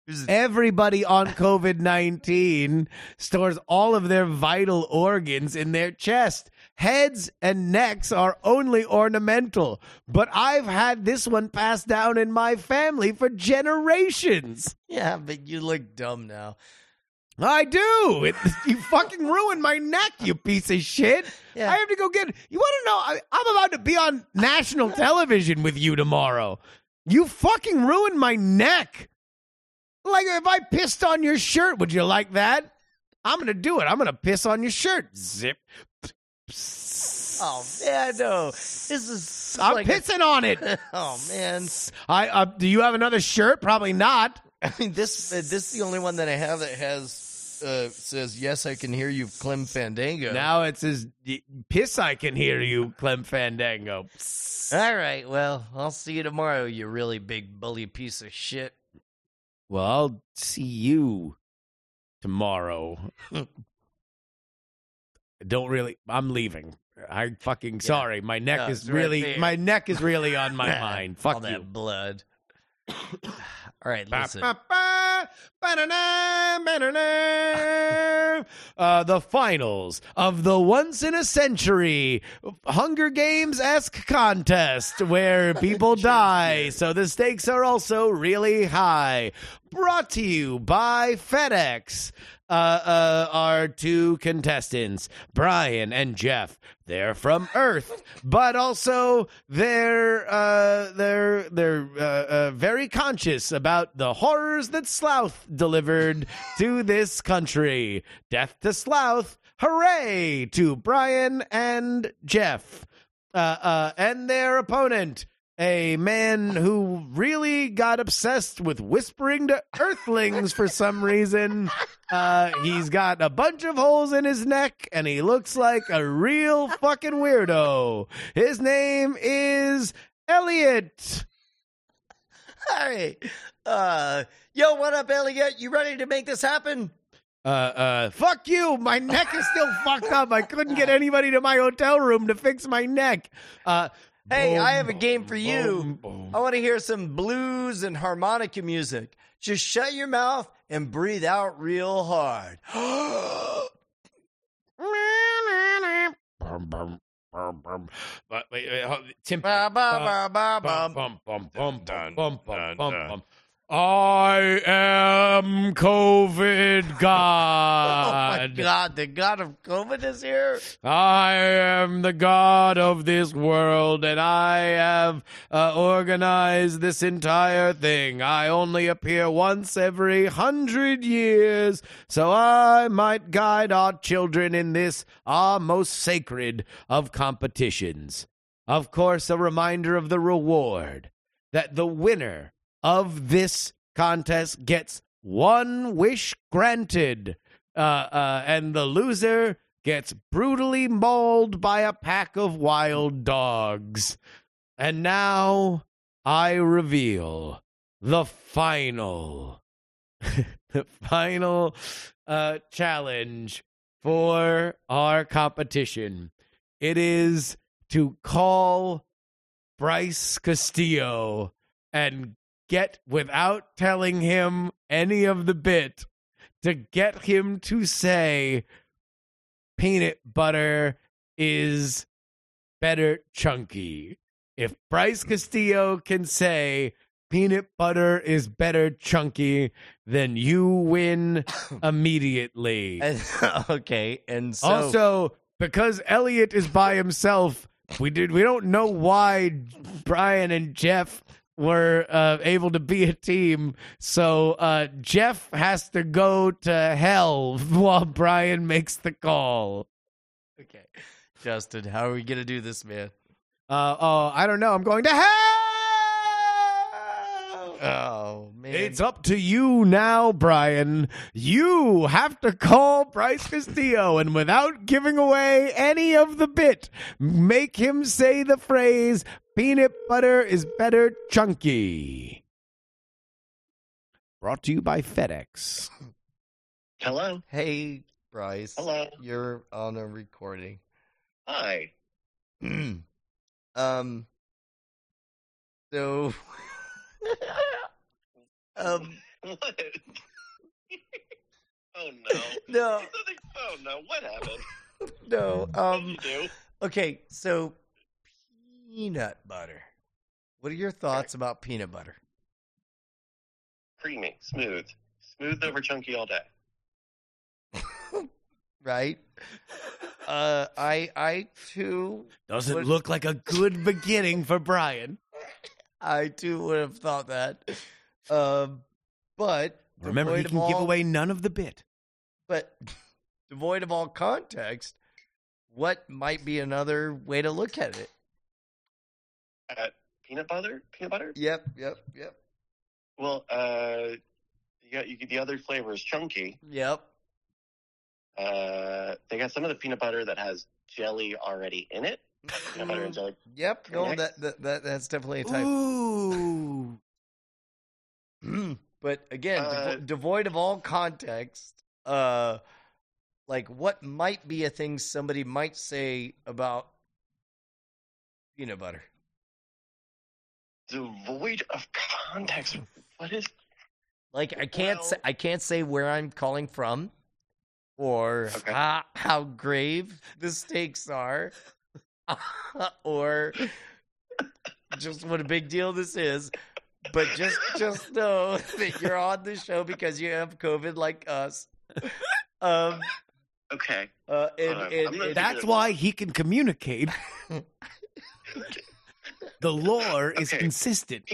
[SPEAKER 3] here's the-
[SPEAKER 2] Everybody on COVID 19 stores all of their vital organs in their chest. Heads and necks are only ornamental, but I've had this one passed down in my family for generations.
[SPEAKER 1] Yeah, but you look dumb now.
[SPEAKER 2] I do. It, you fucking ruined my neck, you piece of shit.
[SPEAKER 1] Yeah.
[SPEAKER 2] I have to go get. You want to know? I, I'm about to be on national television with you tomorrow. You fucking ruined my neck. Like if I pissed on your shirt, would you like that? I'm gonna do it. I'm gonna piss on your shirt. Zip.
[SPEAKER 1] Oh man, no. This is
[SPEAKER 2] I'm
[SPEAKER 1] like a-
[SPEAKER 2] pissing on it.
[SPEAKER 1] oh man.
[SPEAKER 2] I uh, do you have another shirt? Probably not.
[SPEAKER 1] I mean this uh, this is the only one that I have that has uh says yes I can hear you Clem Fandango.
[SPEAKER 2] Now it says piss. I can hear you, Clem Fandango.
[SPEAKER 1] All right, well, I'll see you tomorrow, you really big bully piece of shit.
[SPEAKER 2] Well, I'll see you tomorrow.
[SPEAKER 1] Hmm.
[SPEAKER 2] Don't really. I'm leaving. I fucking sorry. My neck
[SPEAKER 1] No,
[SPEAKER 2] is
[SPEAKER 1] it's right
[SPEAKER 2] really.
[SPEAKER 1] there.
[SPEAKER 2] my neck is really on my mind.
[SPEAKER 1] All
[SPEAKER 2] Fuck you.
[SPEAKER 1] that blood. All right,
[SPEAKER 2] Ba,
[SPEAKER 1] listen.
[SPEAKER 2] ba, ba, ba-da-da, ba-da-da. Uh, the finals of the once in a century Hunger Games esque contest where people die, so the stakes are also really high. Brought to you by FedEx. Uh, uh, our two contestants, Brian and Jeff. They're from Earth, but also they're uh, they're they're uh, uh, very conscious about the horrors that Sloth delivered to this country. Death to Sloth! Hooray to Brian and Jeff, uh, uh, and their opponent. A man who really got obsessed with whispering to earthlings for some reason. Uh, he's got a bunch of holes in his neck, and he looks like a real fucking weirdo. His name is Elliot.
[SPEAKER 1] All right. Uh, yo, what up, Elliot? You ready to make this happen?
[SPEAKER 2] Uh, uh, fuck you. My neck is still fucked up. I couldn't get anybody to my hotel room to fix my neck. Uh,
[SPEAKER 1] Hey,
[SPEAKER 2] boom,
[SPEAKER 1] I have a game for you.
[SPEAKER 2] boom, boom.
[SPEAKER 1] I want to hear some blues and harmonica music. Just shut your mouth and breathe out real hard.
[SPEAKER 2] Bum, bum, bum, bum. But wait, wait, hold- Tim.
[SPEAKER 1] Ba, ba, ba, ba,
[SPEAKER 2] Bum,
[SPEAKER 1] ba.
[SPEAKER 2] bum, bum, bum, bum,
[SPEAKER 3] Dun,
[SPEAKER 2] bum, bum,
[SPEAKER 3] dun,
[SPEAKER 2] bum,
[SPEAKER 3] dun.
[SPEAKER 2] bum. I am COVID
[SPEAKER 1] Oh my
[SPEAKER 2] God.
[SPEAKER 1] God, the God of COVID is here.
[SPEAKER 2] I am the God of this world, and I have uh, organized this entire thing. I only appear once every hundred years, so I might guide our children in this, our most sacred of competitions. Of course, a reminder of the reward that the winner of this contest gets one wish granted, uh, uh, and the loser gets brutally mauled by a pack of wild dogs. And now I reveal the final, the final uh, challenge for our competition. It is to call Bryce Castillo and get without telling him any of the bit to get him to say peanut butter is better chunky. If Bryce Castillo can say peanut butter is better chunky, then you win immediately.
[SPEAKER 1] And, okay, and so
[SPEAKER 2] also, because Elliot is by himself, we did we don't know why Brian and Jeff were uh, able to be a team. So uh, Jeff has to go to hell while Brian makes the call.
[SPEAKER 1] okay, Justin, how are we gonna do this, man?
[SPEAKER 2] Uh, oh, I don't know. I'm going to hell.
[SPEAKER 1] Oh man,
[SPEAKER 2] It's up to you now, Brian. You have to call Bryce Castillo and without giving away any of the bit, make him say the phrase peanut butter is better chunky. Brought to you by FedEx.
[SPEAKER 4] Hello.
[SPEAKER 1] hey Bryce,
[SPEAKER 4] Hello.
[SPEAKER 1] you're on a recording.
[SPEAKER 4] Hi.
[SPEAKER 1] um so Um,
[SPEAKER 4] What? oh no.
[SPEAKER 1] no,
[SPEAKER 4] Oh no. What happened?
[SPEAKER 1] no.
[SPEAKER 4] What did
[SPEAKER 1] Um,
[SPEAKER 4] you do?
[SPEAKER 1] okay, so peanut butter. What are your thoughts about peanut butter?
[SPEAKER 4] Creamy, smooth, smooth over chunky all day.
[SPEAKER 1] Right? Uh, I I too
[SPEAKER 2] Doesn't
[SPEAKER 1] What-
[SPEAKER 2] look like a good beginning for Brian.
[SPEAKER 1] I too would have thought that. Um, but
[SPEAKER 2] Remember, he
[SPEAKER 1] devoid of
[SPEAKER 2] can give
[SPEAKER 1] all-
[SPEAKER 2] away none of the bit.
[SPEAKER 1] but devoid of all context, what might be another way to look at it?
[SPEAKER 4] Peanut butter? Peanut butter?
[SPEAKER 1] Yep, yep, yep,
[SPEAKER 4] Well, uh, you got you, the other flavor is chunky.
[SPEAKER 1] yep.
[SPEAKER 4] Uh, they got some of the peanut butter that has jelly already in it. Peanut butter and jelly.
[SPEAKER 1] Yep. No,
[SPEAKER 4] Correct.
[SPEAKER 1] that, that that that's definitely a type.
[SPEAKER 2] Ooh.
[SPEAKER 1] Mm. but again, devo-
[SPEAKER 4] Uh,
[SPEAKER 1] devoid of all context, uh, like what might be a thing somebody might say about peanut butter.
[SPEAKER 4] Devoid of context. What is?
[SPEAKER 1] Like I can't say,
[SPEAKER 4] Well-
[SPEAKER 1] I can't say where I'm calling from, or
[SPEAKER 4] Okay.
[SPEAKER 1] ho- how grave the stakes are, or just what a big deal this is. But just just know that you're on the show because you have COVID like us. Um,
[SPEAKER 4] Okay.
[SPEAKER 1] uh, and, and-
[SPEAKER 4] Um, I'm gonna
[SPEAKER 1] and-
[SPEAKER 4] do
[SPEAKER 2] That's why he can communicate. The lore is
[SPEAKER 4] Okay.
[SPEAKER 2] consistent.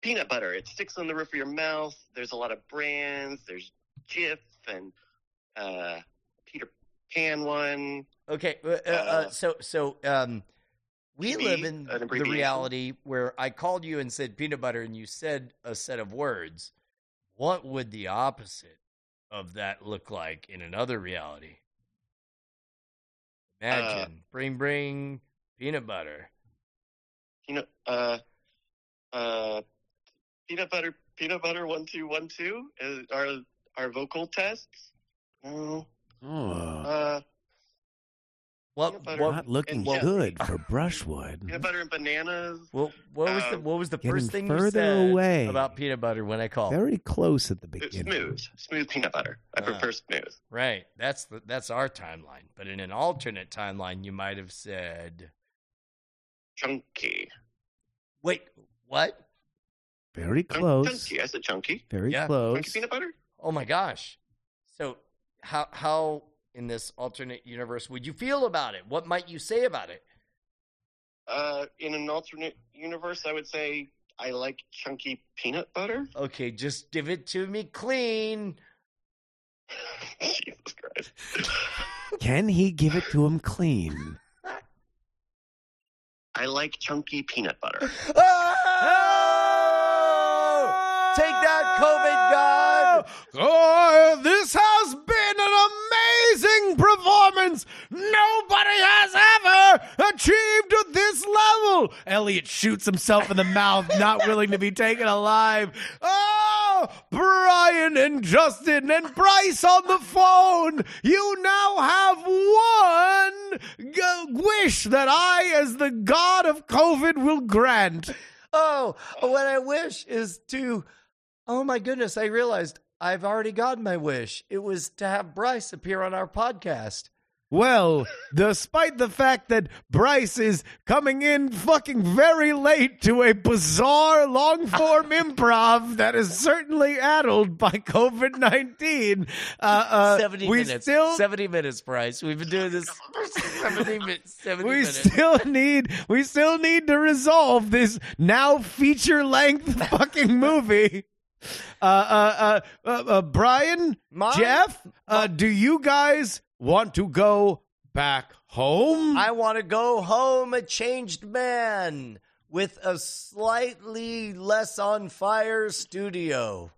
[SPEAKER 4] Peanut butter. It sticks on the roof of your mouth. There's a lot of brands. There's Jif and uh, Peter Pan one.
[SPEAKER 1] Okay, uh, uh, uh,
[SPEAKER 4] Uh,
[SPEAKER 1] so so um, we
[SPEAKER 4] be
[SPEAKER 1] live
[SPEAKER 4] an
[SPEAKER 1] in the
[SPEAKER 4] abbreviation?
[SPEAKER 1] reality where I called you and said peanut butter, and you said a set of words. What would the opposite of that look like in another reality?
[SPEAKER 4] Uh,
[SPEAKER 1] Imagine bring bring peanut butter.
[SPEAKER 4] You know, uh, uh, peanut butter, peanut butter, one two one two. Is our our vocal tests? No.
[SPEAKER 2] Oh.
[SPEAKER 4] Uh,
[SPEAKER 1] What
[SPEAKER 4] Peanut butter.
[SPEAKER 1] what
[SPEAKER 4] Not
[SPEAKER 2] looking
[SPEAKER 4] and-
[SPEAKER 2] good for brushwood.
[SPEAKER 4] peanut butter and bananas.
[SPEAKER 1] what, what was the
[SPEAKER 4] Um,
[SPEAKER 1] what was the
[SPEAKER 2] getting
[SPEAKER 1] first thing
[SPEAKER 2] further
[SPEAKER 1] you said
[SPEAKER 2] away.
[SPEAKER 1] about peanut butter when I called?
[SPEAKER 2] Very close at the
[SPEAKER 4] It's
[SPEAKER 2] beginning.
[SPEAKER 4] uh, smooth, smooth peanut butter. I
[SPEAKER 1] Ah.
[SPEAKER 4] prefer smooth.
[SPEAKER 1] Right. That's the, that's our timeline. But in an alternate timeline, you might have said,
[SPEAKER 4] Chunky.
[SPEAKER 1] "Wait, what?"
[SPEAKER 2] Very
[SPEAKER 4] Chun-
[SPEAKER 2] close.
[SPEAKER 4] Chunky. I said chunky.
[SPEAKER 2] Very
[SPEAKER 1] Yeah.
[SPEAKER 4] Chunky
[SPEAKER 2] close.
[SPEAKER 4] peanut butter?
[SPEAKER 1] Oh my gosh. So how how in this alternate universe would you feel about it? What might you say about it?
[SPEAKER 4] Uh, in an alternate universe, I would say I like chunky peanut butter.
[SPEAKER 1] Okay, just give it to me clean.
[SPEAKER 4] Jesus Christ.
[SPEAKER 2] Can he give it to him clean?
[SPEAKER 4] I like chunky peanut butter.
[SPEAKER 1] Ah! Oh! Take that COVID god.
[SPEAKER 2] Oh, this has been an amazing performance. Nobody has ever achieved this level. Elliot shoots himself in the mouth, not willing to be taken alive. Oh, Brian and Justin and Bryce on the phone. You now have one g- wish that I, as the god of COVID, will grant.
[SPEAKER 1] Oh, what I wish is to Oh my goodness, I realized I've already got my wish. It was to have Bryce appear on our podcast.
[SPEAKER 2] Well, despite the fact that Bryce is coming in fucking very late to a bizarre long form improv that is certainly addled by COVID 19, uh, uh,
[SPEAKER 1] 70
[SPEAKER 2] we
[SPEAKER 1] minutes.
[SPEAKER 2] still.
[SPEAKER 1] 70 minutes, Bryce. We've been doing this for 70 minutes. 70
[SPEAKER 2] we
[SPEAKER 1] minutes.
[SPEAKER 2] still need we still need to resolve this now feature length fucking movie. Uh, uh, uh, uh, uh, Brian,
[SPEAKER 1] Mom?
[SPEAKER 2] Jeff, uh, do you guys want to go back home?
[SPEAKER 1] I want to go home a changed man with a slightly less on fire studio.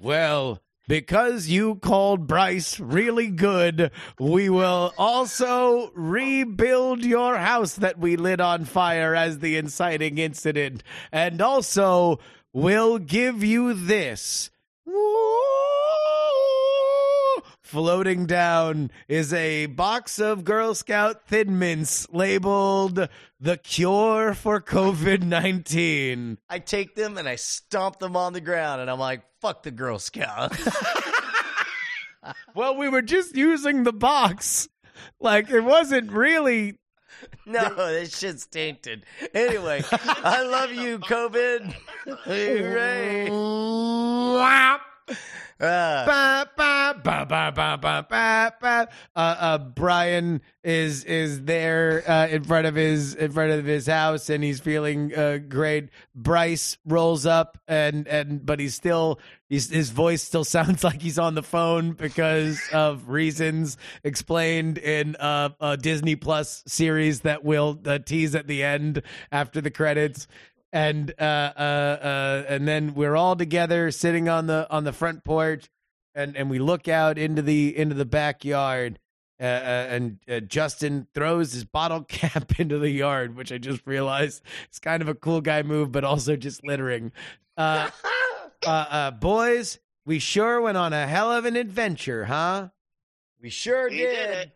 [SPEAKER 2] Well, because you called Bryce really good, we will also rebuild your house that we lit on fire as the inciting incident. And also, we'll give you this. floating down is a box of Girl Scout Thin Mints labeled "The Cure for COVID 19."
[SPEAKER 1] I take them and I stomp them on the ground, and I'm like, "Fuck the Girl Scouts."
[SPEAKER 2] Well, we were just using the box, like it wasn't really.
[SPEAKER 1] no, this shit's tainted. Anyway, I love you, COVID. Hooray!
[SPEAKER 2] Wah!
[SPEAKER 1] Uh,
[SPEAKER 2] Ba, ba, ba, ba, ba, ba, ba, ba. Uh, uh, Brian is is there uh, in front of his in front of his house, and he's feeling uh, great. Bryce rolls up, and and but he's still he's, his voice still sounds like he's on the phone because of reasons explained in uh, a Disney Plus series that will uh, tease at the end after the credits and uh, uh, uh, and then we're all together sitting on the on the front porch, and and we look out into the into the backyard. Uh, uh, and uh, Justin throws his bottle cap into the yard, which I just realized is kind of a cool guy move, but also just littering. Uh, uh, uh, boys, we sure went on a hell of an adventure, huh?
[SPEAKER 1] we sure
[SPEAKER 4] We did
[SPEAKER 1] did.
[SPEAKER 4] it.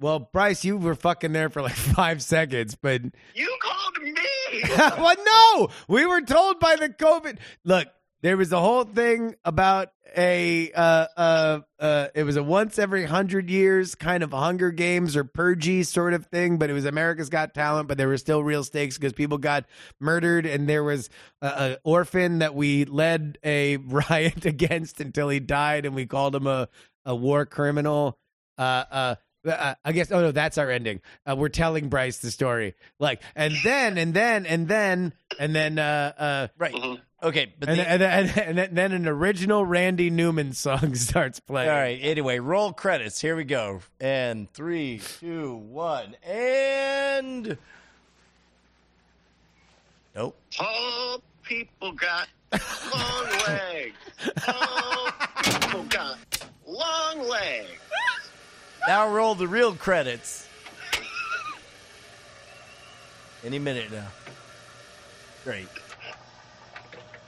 [SPEAKER 2] Well, Bryce, you were fucking there for like five seconds, but
[SPEAKER 4] You called me.
[SPEAKER 2] well, no, we were told by the COVID. Look, there was a whole thing about a uh, uh, uh, it was a once every hundred years kind of Hunger Games or Purgy sort of thing, but it was America's Got Talent, but there were still real stakes because people got murdered, and there was a, a orphan that we led a riot against until he died, and we called him a a war criminal. Uh, uh, uh, I guess. Oh no, that's our ending. Uh, we're telling Bryce the story. Like, and then, and then, and then, and then, uh, uh,
[SPEAKER 1] Right.
[SPEAKER 4] Mhm.
[SPEAKER 1] Okay, but
[SPEAKER 2] and,
[SPEAKER 1] the-
[SPEAKER 2] and, and, and, then an original Randy Newman song starts
[SPEAKER 1] all
[SPEAKER 2] playing.
[SPEAKER 1] right. Anyway, roll credits. Here we go. And three, two, one, and nope.
[SPEAKER 4] Tall people got long legs. Tall people got long legs.
[SPEAKER 1] Now roll the real credits. Any minute now. Great.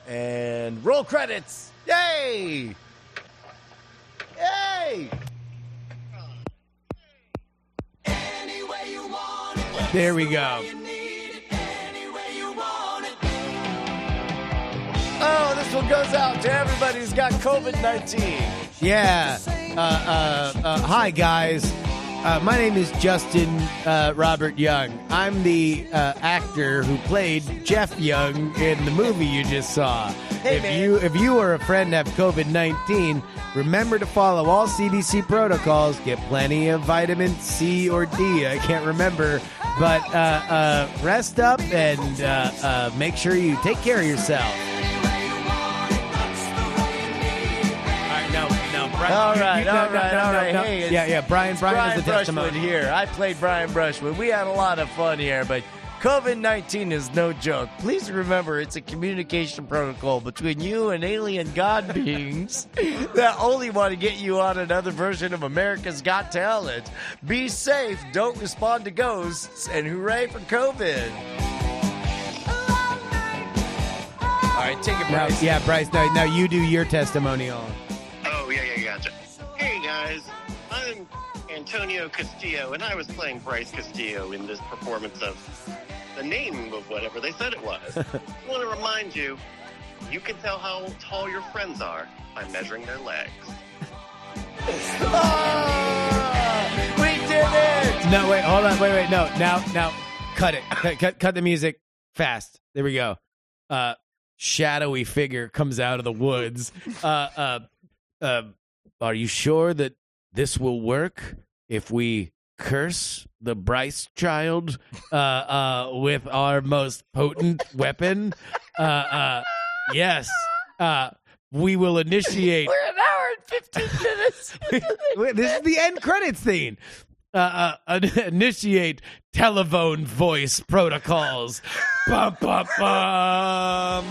[SPEAKER 1] And roll credits. Yay! Yay!
[SPEAKER 2] There we go.
[SPEAKER 1] Oh, this one goes out to everybody who's got COVID 19.
[SPEAKER 2] Yeah. Uh, uh, uh, hi, guys. Uh, my name is Justin uh, Robert Young. I'm the uh, actor who played Jeff Young in the movie you just saw. if
[SPEAKER 1] man.
[SPEAKER 2] you if you or a friend have COVID nineteen, remember to follow all CDC protocols. Get plenty of vitamin C or D. I can't remember, but uh, uh, rest up and uh, uh, make sure you take care of yourself. All right, now,
[SPEAKER 1] All
[SPEAKER 2] now, Brian.
[SPEAKER 1] right,
[SPEAKER 2] you- you-
[SPEAKER 1] all
[SPEAKER 2] no, no,
[SPEAKER 1] right,
[SPEAKER 2] no,
[SPEAKER 1] all
[SPEAKER 2] no,
[SPEAKER 1] right.
[SPEAKER 2] no.
[SPEAKER 1] Hey, it's-
[SPEAKER 2] yeah, yeah. Brian, Brian,
[SPEAKER 1] Brian
[SPEAKER 2] is the
[SPEAKER 1] Brushwood
[SPEAKER 2] testimony.
[SPEAKER 1] here. I played Brian Brushwood. We had a lot of fun here, but COVID 19 is no joke. Please remember it's a communication protocol between you and alien god beings that only want to get you on another version of America's Got Talent. Be safe, don't respond to ghosts, and hooray for COVID. All right, take it,
[SPEAKER 2] No,
[SPEAKER 1] Bryce.
[SPEAKER 2] yeah, Bryce. No, now you do your testimonial.
[SPEAKER 4] Oh, yeah, yeah, gotcha. Hey, guys. I'm Antonio Castillo, and I was playing Bryce Castillo in this performance of the name of whatever they said it was. I want to remind you, you can tell how tall your friends are by measuring their legs.
[SPEAKER 1] Ah, we did it!
[SPEAKER 2] No, wait, hold on, wait, wait, no, now, now, cut it, cut, cut, cut the music fast. There we go. Uh, shadowy figure comes out of the woods. Uh, uh, uh, are you sure that this will work if we curse the Bryce child uh, uh, with our most potent weapon? Uh, uh, yes. Uh, we will initiate
[SPEAKER 1] We're an hour and 15 minutes.
[SPEAKER 2] Wait, this is the end credits scene. Uh, uh, in- initiate telephone voice protocols. bum, bum, bum.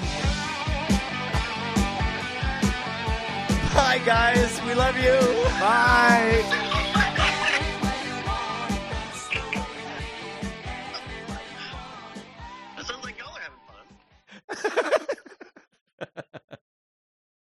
[SPEAKER 1] Hi, guys. We love you.
[SPEAKER 2] Bye.